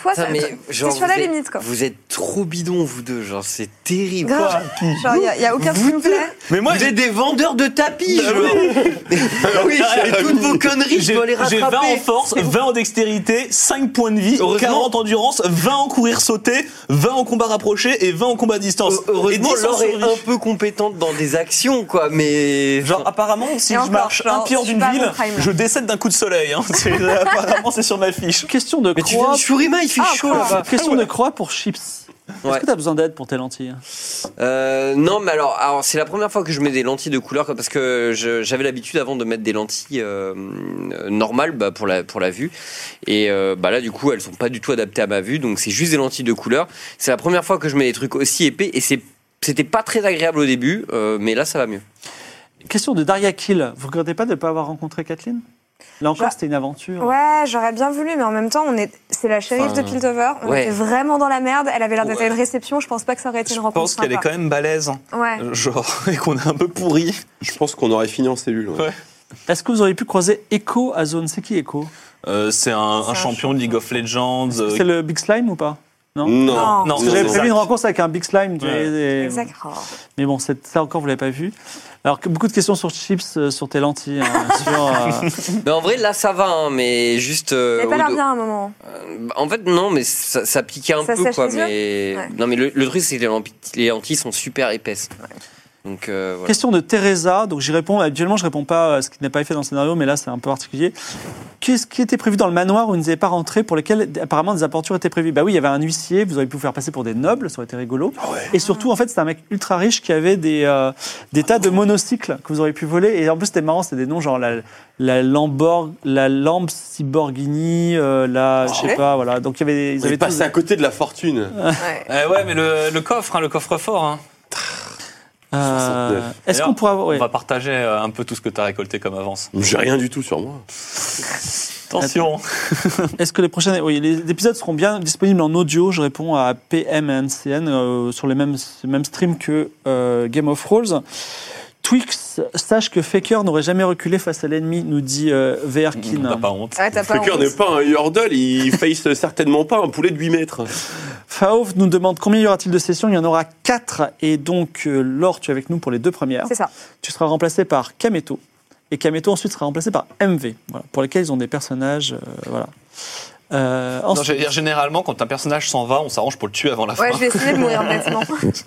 Speaker 3: toi, ça,
Speaker 5: Putain, mais genre,
Speaker 3: c'est sur la
Speaker 5: vous êtes-
Speaker 3: limite quoi.
Speaker 5: Vous êtes trop bidons, vous deux, genre, c'est terrible.
Speaker 3: Grave. Genre, il n'y a, aucun screenplay.
Speaker 4: Mais moi,
Speaker 5: Vous êtes des vendeurs de tapis,
Speaker 4: Ah
Speaker 5: genre. oui,
Speaker 4: cher
Speaker 5: toutes vos conneries, je
Speaker 4: Ah J'ai
Speaker 5: dois les
Speaker 4: j'ai 20 en
Speaker 5: rattraper.
Speaker 4: force, 20 en dextérité, 5 points de vie,
Speaker 5: Heureusement-
Speaker 4: 40 en endurance, 20 en courir sauter, 20 en combat rapproché et 20 en combat à distance.
Speaker 5: Heureusement,
Speaker 4: et 10 en
Speaker 5: Laure est
Speaker 4: survie.
Speaker 5: un peu compétente dans des actions, quoi, mais.
Speaker 4: Genre apparemment si
Speaker 3: Et
Speaker 4: je
Speaker 3: encore,
Speaker 4: marche un
Speaker 3: genre,
Speaker 4: pied hors
Speaker 3: je
Speaker 4: d'une
Speaker 3: suis pas
Speaker 4: ville,
Speaker 3: bon prime, là.
Speaker 4: je décède d'un coup de soleil. hein. C'est- apparemment c'est sur ma fiche.
Speaker 2: Question de
Speaker 5: Mais tu viens
Speaker 2: croix.
Speaker 5: de Shurima, il fait
Speaker 3: Ah,
Speaker 5: chaud
Speaker 3: croix.
Speaker 5: là-bas.
Speaker 2: Question de croix pour Chips. Est-ce
Speaker 5: Ouais.
Speaker 2: que t'as besoin d'aide pour tes lentilles
Speaker 5: Euh, non, mais alors, alors c'est la première fois que je mets des lentilles de couleur quoi, parce que je- j'avais l'habitude avant de mettre des lentilles euh, euh, normales bah, pour la pour la vue et euh, bah là du coup elles sont pas du tout adaptées à ma vue donc c'est juste des lentilles de couleur. C'est la première fois que je mets des trucs aussi épais et c'est c'était pas très agréable au début euh, mais là ça va mieux.
Speaker 2: Question de Daria Kill. Vous regrettez pas de ne pas avoir rencontré Kathleen Là encore,
Speaker 3: Bah,
Speaker 2: c'était une aventure.
Speaker 3: Ouais, j'aurais bien voulu, mais en même temps, on est, c'est la shérif de
Speaker 5: Enfin,
Speaker 3: Piltover. On
Speaker 5: ouais.
Speaker 3: était vraiment dans la merde. Elle avait l'air d'être
Speaker 4: Ouais.
Speaker 3: à une réception. Je pense pas que ça aurait été
Speaker 4: Je
Speaker 3: une rencontre
Speaker 4: pense qu'elle est
Speaker 3: sympa.
Speaker 4: quand même balèze, hein.
Speaker 3: Ouais.
Speaker 4: genre et qu'on est un peu pourri.
Speaker 1: Je pense qu'on aurait fini en cellule. ouais.
Speaker 4: Ouais.
Speaker 2: Est-ce que vous auriez pu croiser Echo à zone C'est qui Echo
Speaker 4: Euh, c'est un, un
Speaker 3: un
Speaker 4: champion de League of Legends. euh,
Speaker 2: C'est le Big Slime ou pas Non.
Speaker 1: Non,
Speaker 3: Non.
Speaker 4: Non,
Speaker 2: Parce que J'avais
Speaker 4: non.
Speaker 2: prévu une rencontre avec un Big Slime. tu vois,
Speaker 4: Ouais.
Speaker 2: et-
Speaker 3: Exact. Oh.
Speaker 2: Mais bon, c'est- ça encore, vous l'avez pas vu. Alors, que- beaucoup de questions sur Chips, euh, sur tes lentilles. hein, sur, euh,
Speaker 5: Mais en vrai là ça va hein, mais juste euh,
Speaker 3: Elle avait pas
Speaker 5: au
Speaker 3: l'air
Speaker 5: dos-
Speaker 3: bien à un moment.
Speaker 5: Bah, En fait, non, mais ça, ça piquait un
Speaker 3: Ça
Speaker 5: peu,
Speaker 3: sèche
Speaker 5: quoi.
Speaker 3: les
Speaker 5: Mais...
Speaker 3: Ouais.
Speaker 5: Non, mais le, le truc, c'est que les lampi- les lentilles sont super épaisses. Donc, euh, voilà.
Speaker 2: Question de Teresa. Donc, j'y réponds. Habituellement, je réponds pas à ce qui n'est pas été dans le scénario, mais là, c'est un peu particulier. Qu'est-ce qui était prévu dans le manoir où ils n'étaient pas rentrés, pour lesquels apparemment des aventures étaient prévues Bah oui, il y avait un huissier, vous auriez pu vous faire passer pour des nobles, ça aurait été rigolo.
Speaker 1: Ah
Speaker 2: Et surtout, en fait, c'était un mec ultra riche qui avait des, euh, des tas de monocycles que vous auriez pu voler. Et en plus, c'était marrant, c'était des noms genre la, la, Lambor, la Lambe Cyborghini, euh, la. je sais
Speaker 3: Ouais.
Speaker 2: pas, voilà. Donc, il y avait, des- ils
Speaker 1: Ah Vous avez
Speaker 2: avaient tous-
Speaker 1: passé à côté de la fortune.
Speaker 3: Ouais.
Speaker 4: Eh ouais, mais le, le coffre, hein, le coffre fort. Hein.
Speaker 2: Euh,
Speaker 1: 69.
Speaker 2: Est-ce qu'on
Speaker 4: D'ailleurs,
Speaker 2: pourrait avoir. ouais.
Speaker 4: On va partager euh, un peu tout ce que t'as récolté comme avance.
Speaker 1: J'ai rien du tout sur moi.
Speaker 4: Attention.
Speaker 2: Est-ce que les prochaines oui, les épisodes seront bien disponibles en audio Je réponds à PM et MCN euh, sur les mêmes, les mêmes streams que euh, Game of Thrones. Twix, sache que Faker n'aurait jamais reculé face à l'ennemi, nous dit euh, Verkin.
Speaker 4: T'as pas honte.
Speaker 3: Ouais, t'as pas
Speaker 1: Faker
Speaker 3: honte.
Speaker 1: n'est pas un Yordle, il face certainement pas un poulet de 8 mètres.
Speaker 2: Faouf nous demande combien y aura-t-il de sessions Il y en aura 4. Et donc, euh, Laure, tu es avec nous pour les deux premières.
Speaker 3: C'est ça.
Speaker 2: Tu seras remplacé par Kameto. Et Kameto ensuite sera remplacé par MV, voilà, pour lesquels ils ont des personnages. euh, voilà. Euh,
Speaker 4: Non,
Speaker 2: ensuite-
Speaker 4: j'allais dire, généralement, quand un personnage s'en va, on s'arrange pour le tuer avant la fin.
Speaker 3: Ouais, je vais essayer de mourir bêtement.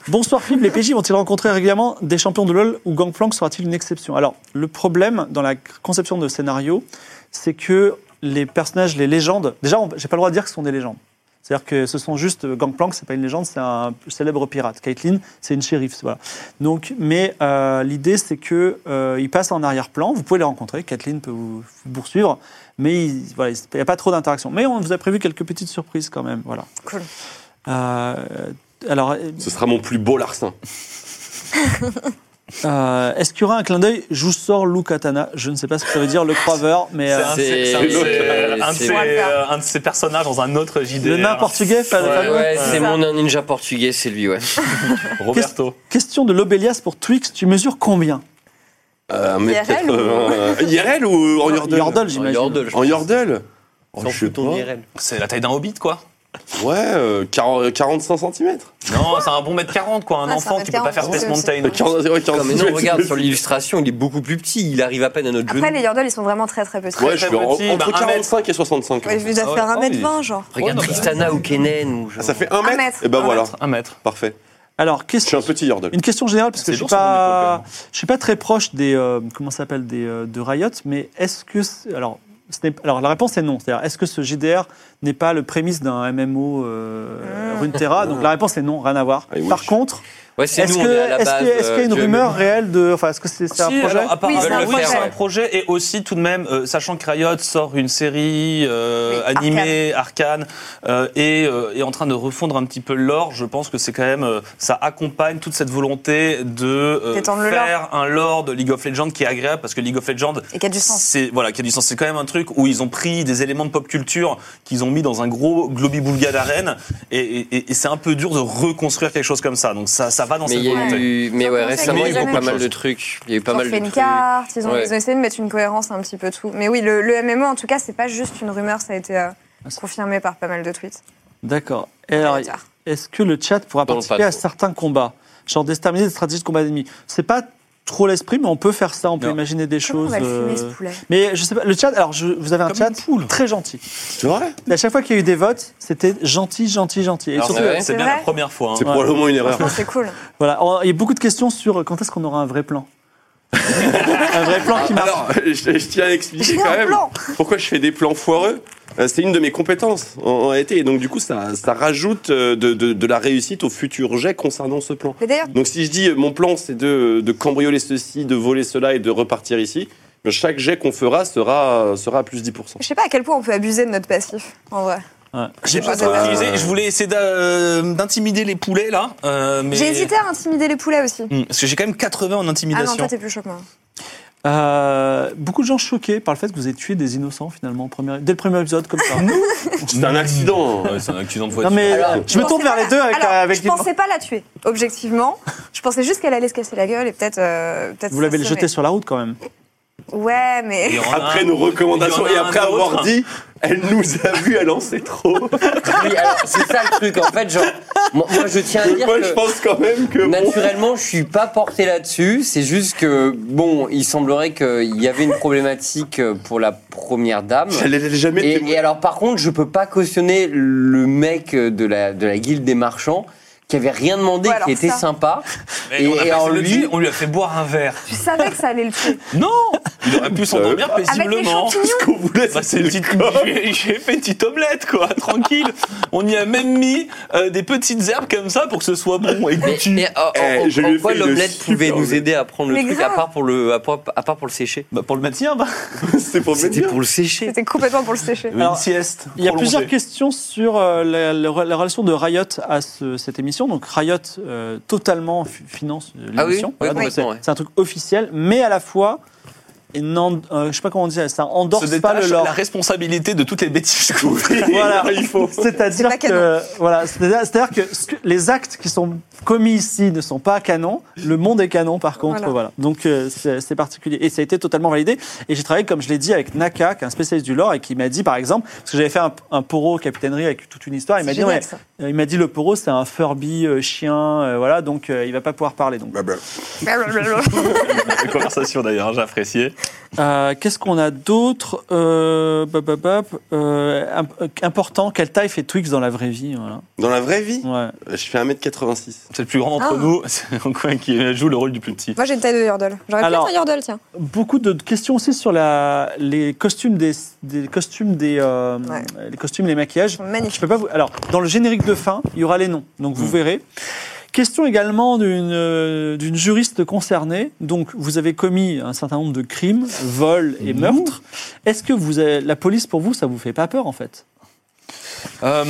Speaker 2: Bonsoir Philippe, les PJ vont-ils rencontrer régulièrement des champions de LoL ou Gangplank sera-t-il une exception Alors, le problème dans la conception de scénario, c'est que les personnages, les légendes, déjà, on- j'ai pas le droit de dire que ce sont des légendes. C'est-à-dire que ce sont juste euh, Gangplank, c'est pas une légende, c'est un célèbre pirate. Caitlyn, c'est une shérif, voilà. Donc, mais euh, l'idée, c'est que euh, ils passent en arrière-plan. Vous pouvez les rencontrer. Caitlyn peut vous, vous poursuivre, mais il voilà, il n'y a pas trop d'interaction. Mais on vous a prévu quelques petites surprises quand même, voilà.
Speaker 3: Cool.
Speaker 2: Euh, alors,
Speaker 1: Ce sera mon plus beau larcin.
Speaker 2: Euh, Est-ce qu'il y aura un clin d'œil Je vous sors Lou Katana. Je ne sais pas ce que ça veut dire, le croiveur, mais
Speaker 4: C'est
Speaker 2: euh,
Speaker 4: un de ses- c'est un de
Speaker 5: C'est-
Speaker 4: ses- un de
Speaker 5: c'est-
Speaker 4: ses-
Speaker 3: Ouais.
Speaker 4: euh, un de ses personnages dans un autre JDR.
Speaker 2: le nain portugais. pas le
Speaker 5: Ouais,
Speaker 2: fameux.
Speaker 5: ouais, c'est
Speaker 3: C'est
Speaker 5: mon ninja portugais, c'est lui, ouais.
Speaker 4: Roberto.
Speaker 2: Question de l'Obélias pour Twix. Tu mesures combien
Speaker 1: Euh, mais
Speaker 3: IRL
Speaker 1: peut-être,
Speaker 3: ou-
Speaker 1: euh, IRL ou en Yordle
Speaker 2: Yordle,
Speaker 5: En
Speaker 2: j'imagine.
Speaker 5: Yordle, je
Speaker 1: En Yordle Oh,
Speaker 5: pense.
Speaker 1: je sais
Speaker 5: Ton
Speaker 1: pas.
Speaker 5: IRL.
Speaker 4: C'est la taille d'un hobbit, quoi.
Speaker 1: Ouais, euh, 40 45 cm.
Speaker 4: Non, c'est un bon mètre 40, quoi. Un
Speaker 3: Ouais, c'est
Speaker 4: enfant
Speaker 3: un
Speaker 4: qui peut pas
Speaker 3: mètre
Speaker 4: faire
Speaker 3: 40,
Speaker 4: Space
Speaker 3: c'est-
Speaker 4: Mountain.
Speaker 5: Non, mais non, regarde, sur l'illustration, il est beaucoup plus petit. Il arrive à peine à notre genou.
Speaker 3: Après, les Yordles, ils sont vraiment très très petits.
Speaker 1: Ouais, je suis en-
Speaker 4: petit, bah,
Speaker 1: entre
Speaker 4: un mètre.
Speaker 1: 45 et 65.
Speaker 3: Ouais, je vais
Speaker 4: Ah ouais.
Speaker 3: faire
Speaker 4: Oh,
Speaker 3: 1m20, genre.
Speaker 5: Regarde
Speaker 4: Ouais, non, mais-
Speaker 5: Tristana ou Kenen. Ou genre-
Speaker 1: Ah, ça fait 1 mètre,
Speaker 3: mètre.
Speaker 1: Et ben
Speaker 3: Un
Speaker 1: voilà,
Speaker 4: Un mètre.
Speaker 1: parfait.
Speaker 2: Alors,
Speaker 1: Je suis
Speaker 2: question,
Speaker 1: un petit Yordle.
Speaker 2: une question générale parce que
Speaker 4: C'est
Speaker 2: je suis
Speaker 4: lourd, ça, mon
Speaker 2: pas,
Speaker 4: époque,
Speaker 2: je suis pas très proche des euh, comment ça s'appelle des euh, de Riot, mais est-ce que c'est- alors ce n'est- alors la réponse est non. C'est-à-dire est-ce que ce JDR n'est pas le prémisse d'un MMO
Speaker 3: Ah.
Speaker 2: euh, Runeterra Donc la réponse est non, rien à voir.
Speaker 1: I wish.
Speaker 2: Par contre,
Speaker 5: Ouais, c'est
Speaker 2: est-ce
Speaker 5: nous,
Speaker 2: que
Speaker 5: on est à la
Speaker 2: est-ce
Speaker 5: base.
Speaker 2: que- est-ce qu'il y a une
Speaker 5: euh, du
Speaker 2: rumeur
Speaker 5: MMO.
Speaker 2: réelle de enfin est-ce que c'est c'est un
Speaker 4: Si,
Speaker 2: projet
Speaker 4: alors, apparemment,
Speaker 3: Oui, c'est un
Speaker 4: oui,
Speaker 3: projet.
Speaker 4: c'est un projet. Et aussi, tout de même, euh, sachant que Riot sort une série euh,
Speaker 3: Oui,
Speaker 4: animée, arcane, euh, et euh, est en train de refondre un petit peu l'or, je pense que c'est quand même. euh, ça accompagne toute cette volonté de euh,
Speaker 3: D'étendre le
Speaker 4: faire un lore de League of Legends qui est agréable, parce que League of Legends,
Speaker 3: Et qui a du sens.
Speaker 4: c'est voilà, qui a du sens. C'est quand même un truc où ils ont pris des éléments de pop culture qu'ils ont mis dans un gros globi boulga d'arène, et, et- et- et c'est un peu dur de reconstruire quelque chose comme ça. Donc ça, ça va dans
Speaker 5: Mais,
Speaker 4: cette
Speaker 5: il y a
Speaker 4: volonté.
Speaker 5: eu, mais ouais,
Speaker 3: Surtout,
Speaker 5: récemment,
Speaker 4: c'est
Speaker 5: il y a eu
Speaker 4: jamais-
Speaker 5: pas mal
Speaker 4: chose.
Speaker 5: de trucs. Il y a eu pas
Speaker 3: Ils ont
Speaker 5: mal
Speaker 3: fait
Speaker 5: de
Speaker 3: une
Speaker 5: trucs.
Speaker 3: carte, ils ont,
Speaker 5: Ouais.
Speaker 3: ils ont essayé de mettre une cohérence un petit peu tout. Mais oui, le, le MMO, en tout cas, c'est pas juste une rumeur, ça a été euh, confirmé par pas mal de tweets.
Speaker 2: D'accord. Ah, Et alors,
Speaker 3: Très tard.
Speaker 2: est-ce que le chat pourra
Speaker 5: Dans le
Speaker 2: participer
Speaker 5: patron.
Speaker 2: à certains combats Genre déterminer des stratégies de combat d'ennemis. C'est pas trop l'esprit, mais on peut faire ça, on peut
Speaker 4: Non.
Speaker 2: imaginer des
Speaker 3: Comment on
Speaker 2: choses.
Speaker 3: va le fumer, ce
Speaker 2: euh,
Speaker 3: poulet
Speaker 2: Mais je sais pas, le chat, alors je- vous avez un
Speaker 4: Comme
Speaker 2: chat
Speaker 4: une poule.
Speaker 2: très gentil.
Speaker 1: C'est vrai
Speaker 2: À chaque fois qu'il y a eu des votes, c'était gentil, gentil, gentil. Et
Speaker 4: Alors,
Speaker 2: surtout,
Speaker 5: ouais.
Speaker 4: c'est
Speaker 3: C'est
Speaker 4: bien
Speaker 3: vrai
Speaker 4: la première fois. hein.
Speaker 1: C'est probablement une erreur.
Speaker 3: Franchement, Ah, c'est cool.
Speaker 2: voilà, on- il y a beaucoup de questions sur euh, quand est-ce qu'on aura un vrai plan. un vrai plan qui marche.
Speaker 1: Alors, je, je tiens à expliquer
Speaker 3: J'ai
Speaker 1: quand
Speaker 3: un
Speaker 1: même
Speaker 3: plan.
Speaker 1: pourquoi je fais des plans foireux. Euh, C'est une de mes compétences en, en réalité. Et donc, du coup, ça, ça rajoute euh, de, de- de la réussite au futur jet concernant ce plan.
Speaker 3: Mais d'ailleurs,
Speaker 1: Donc, si je dis euh, mon plan, c'est de, de cambrioler ceci, de voler cela et de repartir ici, mais chaque jet qu'on fera sera, sera à plus 10%.
Speaker 3: je sais pas à quel point on peut abuser de notre passif, en vrai.
Speaker 2: Ouais.
Speaker 4: J'ai pas
Speaker 3: Chose
Speaker 4: trop
Speaker 3: à faire.
Speaker 4: utilisé. Je voulais essayer d'a- euh, d'intimider les poulets là. euh, mais...
Speaker 3: J'ai hésité à intimider les poulets aussi.
Speaker 4: Hmm, Parce que j'ai quand même 80 en
Speaker 3: Ah non,
Speaker 4: intimidation.
Speaker 3: toi, t'es plus chaud que moi.
Speaker 2: Euh, beaucoup de gens choqués par le fait que vous avez tué des innocents finalement, au premier- dès le premier épisode, comme ça.
Speaker 1: C'est un accident.
Speaker 4: Ouais, c'est un accident de
Speaker 2: non
Speaker 4: voiture.
Speaker 2: mais
Speaker 3: Alors,
Speaker 2: je me tourne
Speaker 3: pensais
Speaker 2: vers
Speaker 3: pas
Speaker 2: les
Speaker 3: la-
Speaker 2: deux avec, euh,
Speaker 3: Alors,
Speaker 2: avec
Speaker 3: je pensais pas la tuer, objectivement. je pensais juste qu'elle allait se casser la gueule et peut-être. euh, peut-être
Speaker 2: Vous l'avez
Speaker 3: s'assommer.
Speaker 2: jeté sur la route quand même.
Speaker 3: Ouais, mais.
Speaker 4: Il y en a
Speaker 1: Après
Speaker 4: un-
Speaker 1: nos recommandations
Speaker 4: il
Speaker 1: et
Speaker 4: y en a
Speaker 1: après
Speaker 4: un autre.
Speaker 1: avoir dit, elle nous a vu, elle en sait trop.
Speaker 5: Oui, alors, c'est ça le truc, en fait, genre. Moi, moi, je tiens à dire.
Speaker 1: Moi,
Speaker 5: que-
Speaker 1: je pense quand même que. bon,
Speaker 5: Naturellement, je suis pas porté là-dessus. C'est juste que, bon, il semblerait qu'il y avait une problématique pour la première dame.
Speaker 1: Elle n'allait jamais
Speaker 5: Et,
Speaker 1: témoigner.
Speaker 5: et alors, par contre, je peux pas cautionner le mec de la, de la guilde des marchands qui avait rien demandé,
Speaker 3: Ouais, alors
Speaker 5: qui était
Speaker 3: ça.
Speaker 5: sympa.
Speaker 4: Mais on, a
Speaker 5: et
Speaker 4: pas
Speaker 5: en
Speaker 4: fait le
Speaker 5: lui-
Speaker 4: tuer, on lui a fait boire un verre.
Speaker 3: Je savais que ça allait le tuer.
Speaker 4: Non Il aurait pu s'endormir
Speaker 3: Avec les
Speaker 4: paisiblement.
Speaker 3: champignons
Speaker 1: qu'on voulait,
Speaker 4: Bah, c'est une petite- J'ai j'ai fait une petite omelette, quoi, tranquille. On y a même mis euh, des petites herbes comme ça pour que ce soit bon et
Speaker 5: Mais,
Speaker 4: goûtu.
Speaker 5: mais, euh, en-
Speaker 1: Eh,
Speaker 5: en-
Speaker 1: je
Speaker 5: en
Speaker 1: lui ai
Speaker 5: quoi
Speaker 1: fait une
Speaker 5: l'omelette
Speaker 1: super
Speaker 5: pouvait nous
Speaker 1: omelette.
Speaker 5: aider à prendre le
Speaker 3: Mais
Speaker 5: truc
Speaker 3: grave.
Speaker 5: à part, pour le, à, part, à part pour le sécher
Speaker 4: Bah, pour le maintien, bah.
Speaker 1: c'est pour me
Speaker 5: C'était
Speaker 1: dire.
Speaker 5: pour le sécher.
Speaker 3: C'était complètement pour le sécher.
Speaker 2: Alors,
Speaker 4: une sieste.
Speaker 2: Il y a plusieurs
Speaker 4: prolongée.
Speaker 2: questions sur euh, la, la- la relation de Riot à ce- cette émission. Donc Riot euh, totalement fi- finance euh,
Speaker 5: Ah oui,
Speaker 2: l'émission.
Speaker 5: oui,
Speaker 2: Voilà, donc
Speaker 5: complètement,
Speaker 2: c'est
Speaker 5: ouais.
Speaker 2: c'est un truc officiel, mais à la fois une en- euh, je sais pas comment on dit, ça
Speaker 6: se
Speaker 2: endorse pas
Speaker 6: détache
Speaker 2: le lore.
Speaker 6: la responsabilité de toutes les bêtises qu'on fait.
Speaker 2: Voilà.
Speaker 6: il faut.
Speaker 2: C'est-à-dire
Speaker 3: pas
Speaker 2: que
Speaker 3: canon.
Speaker 2: voilà, c'est-à-dire c'est-à-dire que ce que- les actes qui sont commis ici ne sont pas canons. Le monde est canon, par contre, voilà.
Speaker 3: Voilà.
Speaker 2: Donc euh, c'est c'est particulier et ça a été totalement validé. Et j'ai travaillé, comme je l'ai dit, avec Naka, qui est un spécialiste du lore et qui m'a dit, par exemple, parce que j'avais fait un, un poro capitainerie avec toute une histoire, il m'a
Speaker 3: C'est
Speaker 2: dit,
Speaker 3: génial,
Speaker 2: ouais,
Speaker 3: ça.
Speaker 2: euh, il m'a dit le poro c'est un Furby euh, chien, euh, voilà, donc euh, il va pas pouvoir parler.
Speaker 6: Bah,
Speaker 2: Donc
Speaker 4: La conversation d'ailleurs, hein, j'ai apprécié.
Speaker 2: Euh, qu'est-ce qu'on a d'autre Euh, bap, bap, bap, euh, imp- Important, quelle taille fait Twix dans la vraie vie voilà.
Speaker 1: Dans la vraie vie,
Speaker 2: Ouais.
Speaker 1: euh, je fais 1m86.
Speaker 4: C'est le plus grand d'entre
Speaker 3: Ah.
Speaker 4: nous, c'est un coin qui joue le rôle du plus petit.
Speaker 3: Moi, j'ai une taille de Yordle. J'aurais pu
Speaker 2: Alors-
Speaker 3: être un Yordle, tiens.
Speaker 2: Beaucoup de questions aussi sur la, les costumes des, des costumes des euh,
Speaker 3: Ouais.
Speaker 2: les costumes les maquillages. Je
Speaker 3: Magnifique.
Speaker 2: peux pas vous. Alors dans le générique de fin, il y aura les noms, donc vous verrez. Question également d'une euh, d'une juriste concernée. Donc vous avez commis un certain nombre de crimes, vols et meurtres. Est-ce que vous avez- la police pour vous ça vous fait pas peur en fait
Speaker 4: Euh,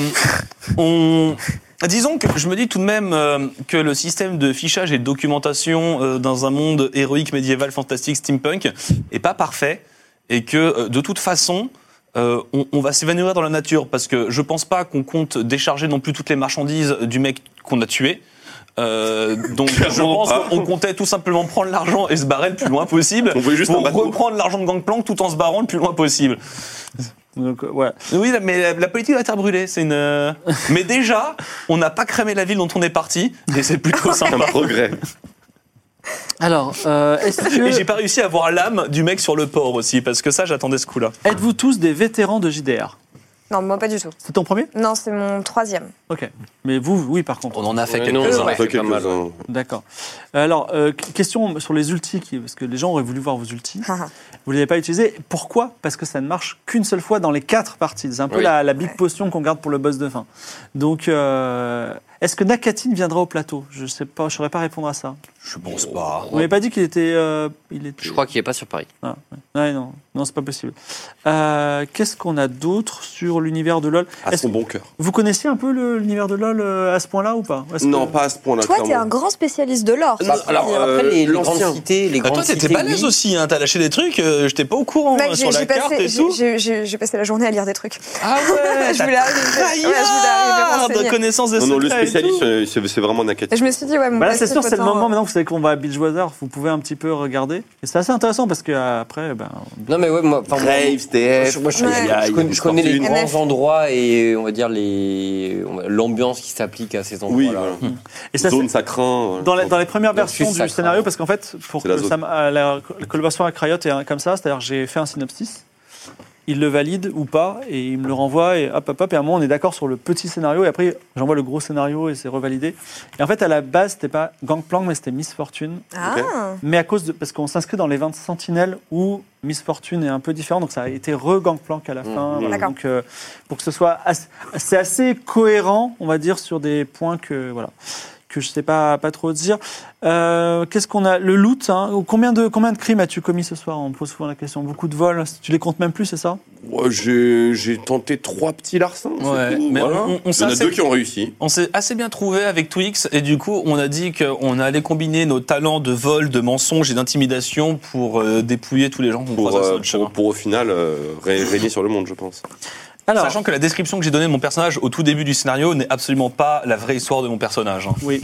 Speaker 4: on... Ah, Disons que je me dis tout de même euh, que le système de fichage et de documentation euh, dans un monde héroïque, médiéval, fantastique, steampunk est pas parfait et que euh, de toute façon euh, on, on va s'évanouir dans la nature parce que je pense pas qu'on compte décharger non plus toutes les marchandises du mec qu'on a tué. Euh, donc je pense qu'on comptait tout simplement prendre l'argent et se barrer le plus loin possible
Speaker 1: On voulait juste un
Speaker 4: pour
Speaker 1: bateau.
Speaker 4: reprendre l'argent de Gangplank tout en se barrant le plus loin possible.
Speaker 2: Donc euh, voilà.
Speaker 4: Oui, la- mais la, la politique va être brûlée. C'est une. euh, mais déjà, on n'a pas cramé la ville dont on est parti, et c'est plutôt
Speaker 1: Un
Speaker 4: sympa.
Speaker 1: progrès.
Speaker 2: Alors euh, est-ce
Speaker 4: Et j'ai
Speaker 2: que
Speaker 4: pas réussi à voir l'âme du mec sur le port aussi, parce que ça, j'attendais ce coup-là.
Speaker 2: êtes-vous tous des vétérans de JDR
Speaker 3: Non, moi, pas du tout.
Speaker 2: C'est ton premier
Speaker 3: Non, c'est mon troisième.
Speaker 2: Ok. Mais vous, oui, par contre.
Speaker 6: On en a fait
Speaker 5: Ouais,
Speaker 6: quelques
Speaker 5: non,
Speaker 6: uns
Speaker 5: ça en
Speaker 1: Ça
Speaker 5: fait
Speaker 1: fait
Speaker 5: pas mal, ouais.
Speaker 1: quelques-uns.
Speaker 2: D'accord. Alors, euh, qu- question sur les ultis, qui- parce que les gens auraient voulu voir vos ultis. Vous ne les avez pas utilisés. Pourquoi Parce que ça ne marche qu'une seule fois dans les quatre parties. C'est un peu
Speaker 5: Oui.
Speaker 2: la, la big
Speaker 3: Ouais.
Speaker 2: potion qu'on garde pour le boss de fin. Donc, euh, est-ce que Nakatine viendra au plateau Je ne sais pas, je saurais pas répondre à ça.
Speaker 6: Je pense pas.
Speaker 2: Vous m'avez pas dit qu'il était, euh, il était.
Speaker 5: Je crois qu'il est pas sur Paris.
Speaker 2: Ouais, non, non, c'est pas possible. Euh, Qu'est-ce qu'on a d'autre sur l'univers de LoL
Speaker 1: À
Speaker 2: Est-ce-
Speaker 1: son bon cœur.
Speaker 2: Vous connaissez un peu le- l'univers de LoL euh, à ce point-là ou pas Est-ce
Speaker 1: Non,
Speaker 2: que-
Speaker 1: pas à ce point-là.
Speaker 2: Bah,
Speaker 3: Toi, t'es un
Speaker 1: clairement.
Speaker 3: grand spécialiste de l'or.
Speaker 1: Bah, alors,
Speaker 5: Après,
Speaker 1: euh,
Speaker 5: les, les
Speaker 1: l'ancien.
Speaker 5: grandes cités, les
Speaker 6: Bah,
Speaker 5: grandes
Speaker 6: toi, t'étais
Speaker 5: cités,
Speaker 6: balèze
Speaker 5: oui.
Speaker 6: aussi, hein, t'as lâché des trucs, euh, j'étais pas au courant
Speaker 3: Mec,
Speaker 6: hein,
Speaker 3: Bah, j'ai
Speaker 6: sur la
Speaker 3: j'ai
Speaker 6: carte
Speaker 3: passé,
Speaker 6: et
Speaker 3: j'ai-
Speaker 6: tout.
Speaker 3: j'ai- j'ai- j'ai passé la journée à lire des trucs.
Speaker 6: Ah ouais,
Speaker 3: je voulais arriver. ouais, je
Speaker 2: Ah,
Speaker 3: voulais arriver
Speaker 6: Taillard de
Speaker 2: bah,
Speaker 3: renseignée.
Speaker 6: connaissance des
Speaker 1: Non, non, le
Speaker 6: secrets et
Speaker 1: spécialiste,
Speaker 6: tout.
Speaker 1: euh, c'est c'est vraiment
Speaker 3: Et
Speaker 1: Nakati.
Speaker 3: je me suis dit, ouais, mon
Speaker 2: Bah là,
Speaker 3: passé
Speaker 2: c'est sûr, c'est le
Speaker 3: potent,
Speaker 2: moment maintenant que vous savez qu'on va à Bilgewater, vous pouvez un petit peu regarder. Et c'est assez intéressant parce que euh, après, ben,
Speaker 5: Non, mais ouais, moi, enfin, moi,
Speaker 1: Graves, TF.
Speaker 5: je, moi, je-
Speaker 3: Ouais.
Speaker 5: je- je
Speaker 3: Il y
Speaker 1: a- il y a
Speaker 5: connais,
Speaker 1: des
Speaker 5: je connais les
Speaker 1: fortunes.
Speaker 5: grands
Speaker 3: NF.
Speaker 5: endroits et on va dire les on va- l'ambiance qui s'applique à ces endroits.
Speaker 1: Oui, voilà.
Speaker 2: et ça,
Speaker 1: Zone,
Speaker 2: c'est-
Speaker 1: ça craint. hein, voilà.
Speaker 2: dans, la- dans les premières
Speaker 5: Dans le
Speaker 2: versions
Speaker 5: Suisse,
Speaker 2: du
Speaker 5: ça craint.
Speaker 2: scénario, parce qu'en fait, pour
Speaker 1: C'est
Speaker 2: que
Speaker 1: la
Speaker 2: ça m- euh, la, la collaboration avec Riot est euh, comme ça, c'est-à-dire j'ai fait un synopsis, il le valide ou pas, et il me le renvoie, et hop, hop, hop, et à un moment, on est d'accord sur le petit scénario, et après, j'envoie le gros scénario, et c'est revalidé. Et en fait, à la base, c'était pas Gangplank, mais c'était Miss Fortune.
Speaker 3: Ah,
Speaker 2: Mais à cause de. Parce qu'on s'inscrit dans les 20 sentinelles où Miss Fortune est un peu différent, donc ça a été re-gangplank à la fin. Voilà,
Speaker 3: D'accord.
Speaker 2: donc, euh, pour que ce soit. as- C'est assez cohérent, on va dire, sur des points que. Voilà. Que je sais pas, pas trop dire. Euh, Qu'est-ce qu'on a Le loot, hein. combien, de, combien de crimes as-tu commis ce soir On me pose souvent la question. Beaucoup de vols, tu les comptes même plus, c'est ça
Speaker 1: Ouais, J'ai j'ai tenté trois petits larcins. c'est
Speaker 4: Ouais,
Speaker 1: tout,
Speaker 4: mais
Speaker 1: voilà.
Speaker 4: on- on- on
Speaker 1: Il y en a
Speaker 4: s'assure-
Speaker 1: deux qui ont réussi.
Speaker 4: On s'est assez bien trouvé avec Twix et du coup on a dit qu'on allait combiner nos talents de vol, de mensonge et d'intimidation pour euh, dépouiller tous les gens qu'on
Speaker 1: Pour,
Speaker 4: croise
Speaker 1: euh,
Speaker 4: sur le
Speaker 1: pour,
Speaker 4: chemin.
Speaker 1: pour au final euh, ré- régner sur le monde, je pense.
Speaker 2: Alors,
Speaker 4: Sachant que la description que j'ai donnée de mon personnage au tout début du scénario n'est absolument pas la vraie histoire de mon personnage. hein.
Speaker 2: Oui.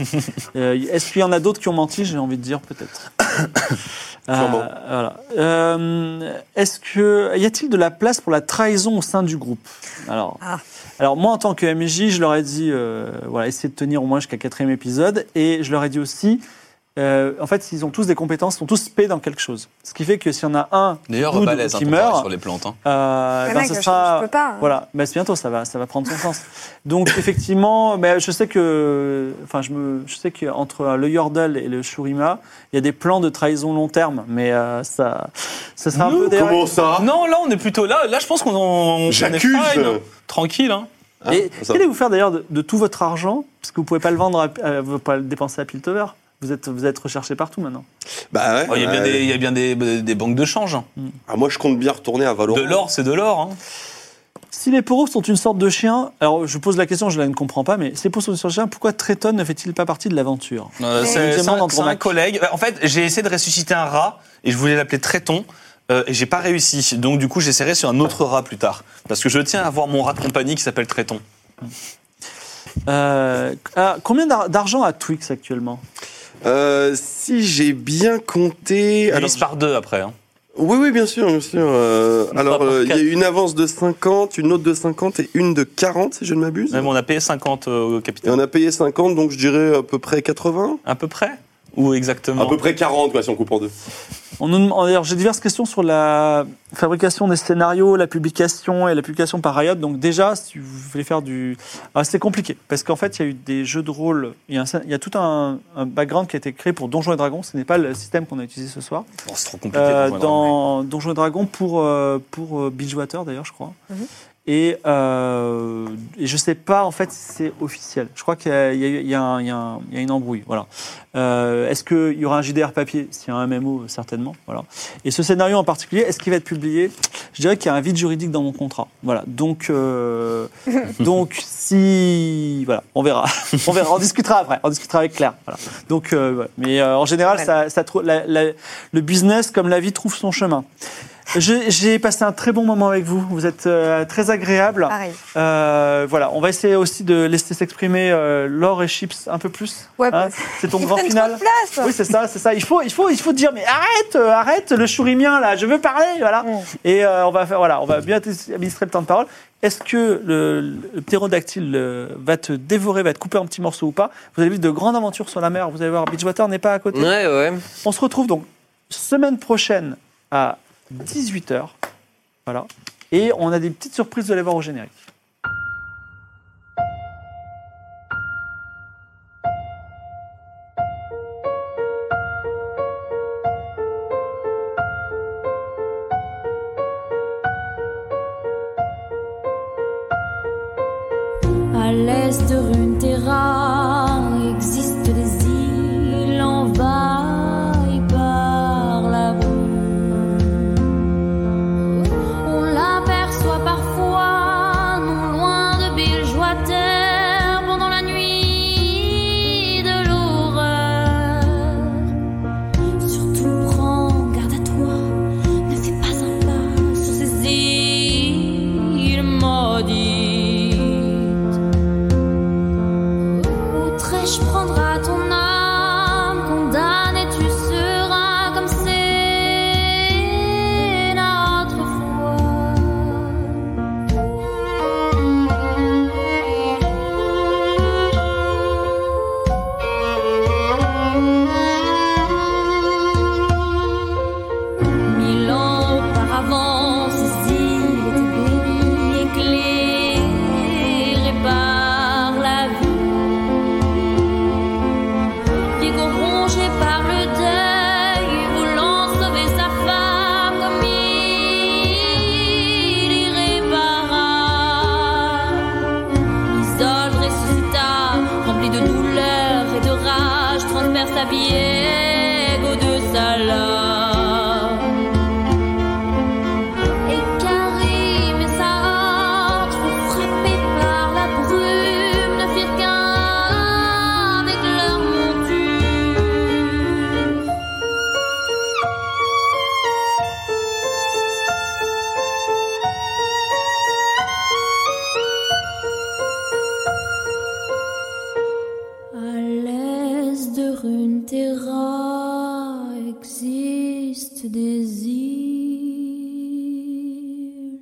Speaker 2: Euh, Est-ce qu'il y en a d'autres qui ont menti J'ai envie de dire peut-être. Euh,
Speaker 1: Sûrement.
Speaker 2: voilà. Euh, Est-ce que y a-t-il de la place pour la trahison au sein du groupe Alors,
Speaker 3: Ah.
Speaker 2: alors moi en tant que MJ, je leur ai dit euh, voilà, essayez de tenir au moins jusqu'à quatrième épisode, et je leur ai dit aussi. euh, en fait, ils ont tous des compétences, ils sont tous spé dans quelque chose. Ce qui fait que s'il y en a un
Speaker 6: D'ailleurs,
Speaker 2: Good
Speaker 6: balèze, hein,
Speaker 2: qui
Speaker 6: ton
Speaker 2: meurt,
Speaker 6: travail sur les plantes. hein.
Speaker 2: euh,
Speaker 3: Mais
Speaker 2: ben,
Speaker 3: bah, mec,
Speaker 2: ce
Speaker 3: je-
Speaker 2: sera-
Speaker 3: je peux pas. hein.
Speaker 2: Voilà, mais c'est bientôt, ça va, ça va prendre son sens. Donc effectivement, mais je sais que, enfin, je me, je sais qu'entre euh, le Yordle et le Shurima, il y a des plans de trahison long terme, mais euh, ça, ça sera un peu derrière.
Speaker 1: Mmh. Comment ça
Speaker 4: Non, là on est plutôt là. Là je pense qu'on en. on est
Speaker 1: J'accuse.
Speaker 4: fine, hein. Tranquille, hein.
Speaker 1: Ah,
Speaker 2: Et
Speaker 1: ça.
Speaker 2: qu'allez-vous faire d'ailleurs de, de tout votre argent, parce que vous pouvez pas le vendre, à, euh, vous pouvez pas le dépenser à Piltover. Vous êtes, vous êtes recherché partout maintenant.
Speaker 1: Bah ouais.
Speaker 4: Oh, Il y a bien,
Speaker 1: ouais.
Speaker 4: des, il y a bien des, des banques de change. hein.
Speaker 1: Ah, moi, je compte bien retourner à Valorant.
Speaker 4: De l'or, c'est de l'or. hein.
Speaker 2: Si les poros sont une sorte de chien, alors je pose la question, je la ne comprends pas, mais si les poros sont une sorte de chien, pourquoi Tréton ne fait-il pas partie de l'aventure
Speaker 4: Euh,
Speaker 3: Mais-
Speaker 4: c'est-
Speaker 2: Deuxièmement,
Speaker 4: c'est
Speaker 2: dans
Speaker 4: un,
Speaker 2: le
Speaker 6: Bah,
Speaker 4: c'est un
Speaker 2: Dranmac.
Speaker 4: collègue. En fait, j'ai essayé de ressusciter un rat et je voulais l'appeler Tréton.
Speaker 6: euh, et j'ai pas réussi. Donc du coup, j'essaierai sur un autre rat plus tard. Parce que je tiens à voir mon rat de compagnie qui s'appelle Tréton.
Speaker 2: Euh, ah, combien d'ar- d'argent a Twix actuellement
Speaker 1: Euh, si j'ai bien compté.
Speaker 6: Il
Speaker 1: alors,
Speaker 6: divise par deux après. hein.
Speaker 1: Oui, oui, bien sûr, bien sûr. euh, alors,
Speaker 6: par
Speaker 1: euh, il y a
Speaker 6: quatre.
Speaker 1: une avance de 50, une autre de 50 et une de 40, si je ne m'abuse.
Speaker 6: Même on a payé 50 au
Speaker 1: Et
Speaker 6: capitaine.
Speaker 1: on a payé 50, donc je dirais à peu près 80.
Speaker 6: À peu près Ou exactement
Speaker 1: À peu près 40, quoi, si on coupe en deux.
Speaker 2: On nous demande- alors, j'ai diverses questions sur la fabrication des scénarios, la publication et la publication par Riot. Donc déjà, si vous voulez faire du... Ah, c'est compliqué, parce qu'en fait, il y a eu des jeux de rôle, il y a, un scén- il y a tout un, un background qui a été créé pour Donjons et Dragons, ce n'est pas le système qu'on a utilisé ce soir,
Speaker 6: Oh, c'est trop compliqué.
Speaker 2: Euh,
Speaker 6: de rejoindre.
Speaker 2: dans Donjons et Dragons pour, euh, pour euh, Bilgewater d'ailleurs, je crois.
Speaker 3: Mhm.
Speaker 2: Et, euh, et je sais pas en fait si c'est officiel. Je crois qu'il y, a- il y, a eu- il y, a un- il y a un- il y a une embrouille. Voilà. Euh, est-ce qu'il y aura un JDR papier S'il y a un MMO, euh, certainement. Voilà. Et ce scénario en particulier, est-ce qu'il va être publié Je dirais qu'il y a un vide juridique dans mon contrat. Voilà. Donc, euh, donc si. Voilà, on verra. on verra. On discutera après. On discutera avec Claire. Voilà. Donc, euh, ouais. Mais euh, en général,
Speaker 3: Ouais.
Speaker 2: ça, ça trou- la- la- le business, comme la vie, trouve son chemin. Je- J'ai passé un très bon moment avec vous. Vous êtes euh, très agréable.
Speaker 3: Pareil.
Speaker 2: Euh, voilà, on va essayer aussi de laisser s'exprimer euh, Laure et Chips un peu plus.
Speaker 3: Ouais,
Speaker 2: Hein
Speaker 3: bah, parce-
Speaker 2: c'est ton
Speaker 3: Ils
Speaker 2: grand
Speaker 3: prennent
Speaker 2: final.
Speaker 3: trop de place.
Speaker 2: Oui, c'est ça, c'est ça. Il faut, il faut, il faut dire, mais arrête, euh, arrête le chourimien là. Je veux parler, voilà. Et euh, on va faire, voilà, on va bien administrer le temps de parole. Est-ce que le, le ptérodactyle euh, va te dévorer, va te couper en petits morceaux ou pas Vous allez vivre de grandes aventures sur la mer. Vous allez voir, Beachwater n'est pas à côté.
Speaker 5: Ouais, ouais.
Speaker 2: On se retrouve donc semaine prochaine à 18h. Voilà. Et on a des petites surprises de les voir au générique.
Speaker 7: À l'est de Runeterra existent des îles envahies par la boue. On l'aperçoit parfois non loin de Bilgewater pendant la nuit de l'horreur. Surtout prends garde à toi. Ne fais pas un pas sur ces îles maudites. Outrèche prendra ton âme, condamnée tu seras comme c'est notre Mille ans auparavant, ces îles étaient bénies, éclairées par la vie. Diego rongé par le deuil, voulant sauver sa femme comme il irréparable. Isole ressuscita, rempli de douleur et de rage, transperce à Diego de sa lame. Et Karim et sa horde, frappés par la brume, ne firent qu'un avec leur monture. À l'est de Runeterra existent des îles.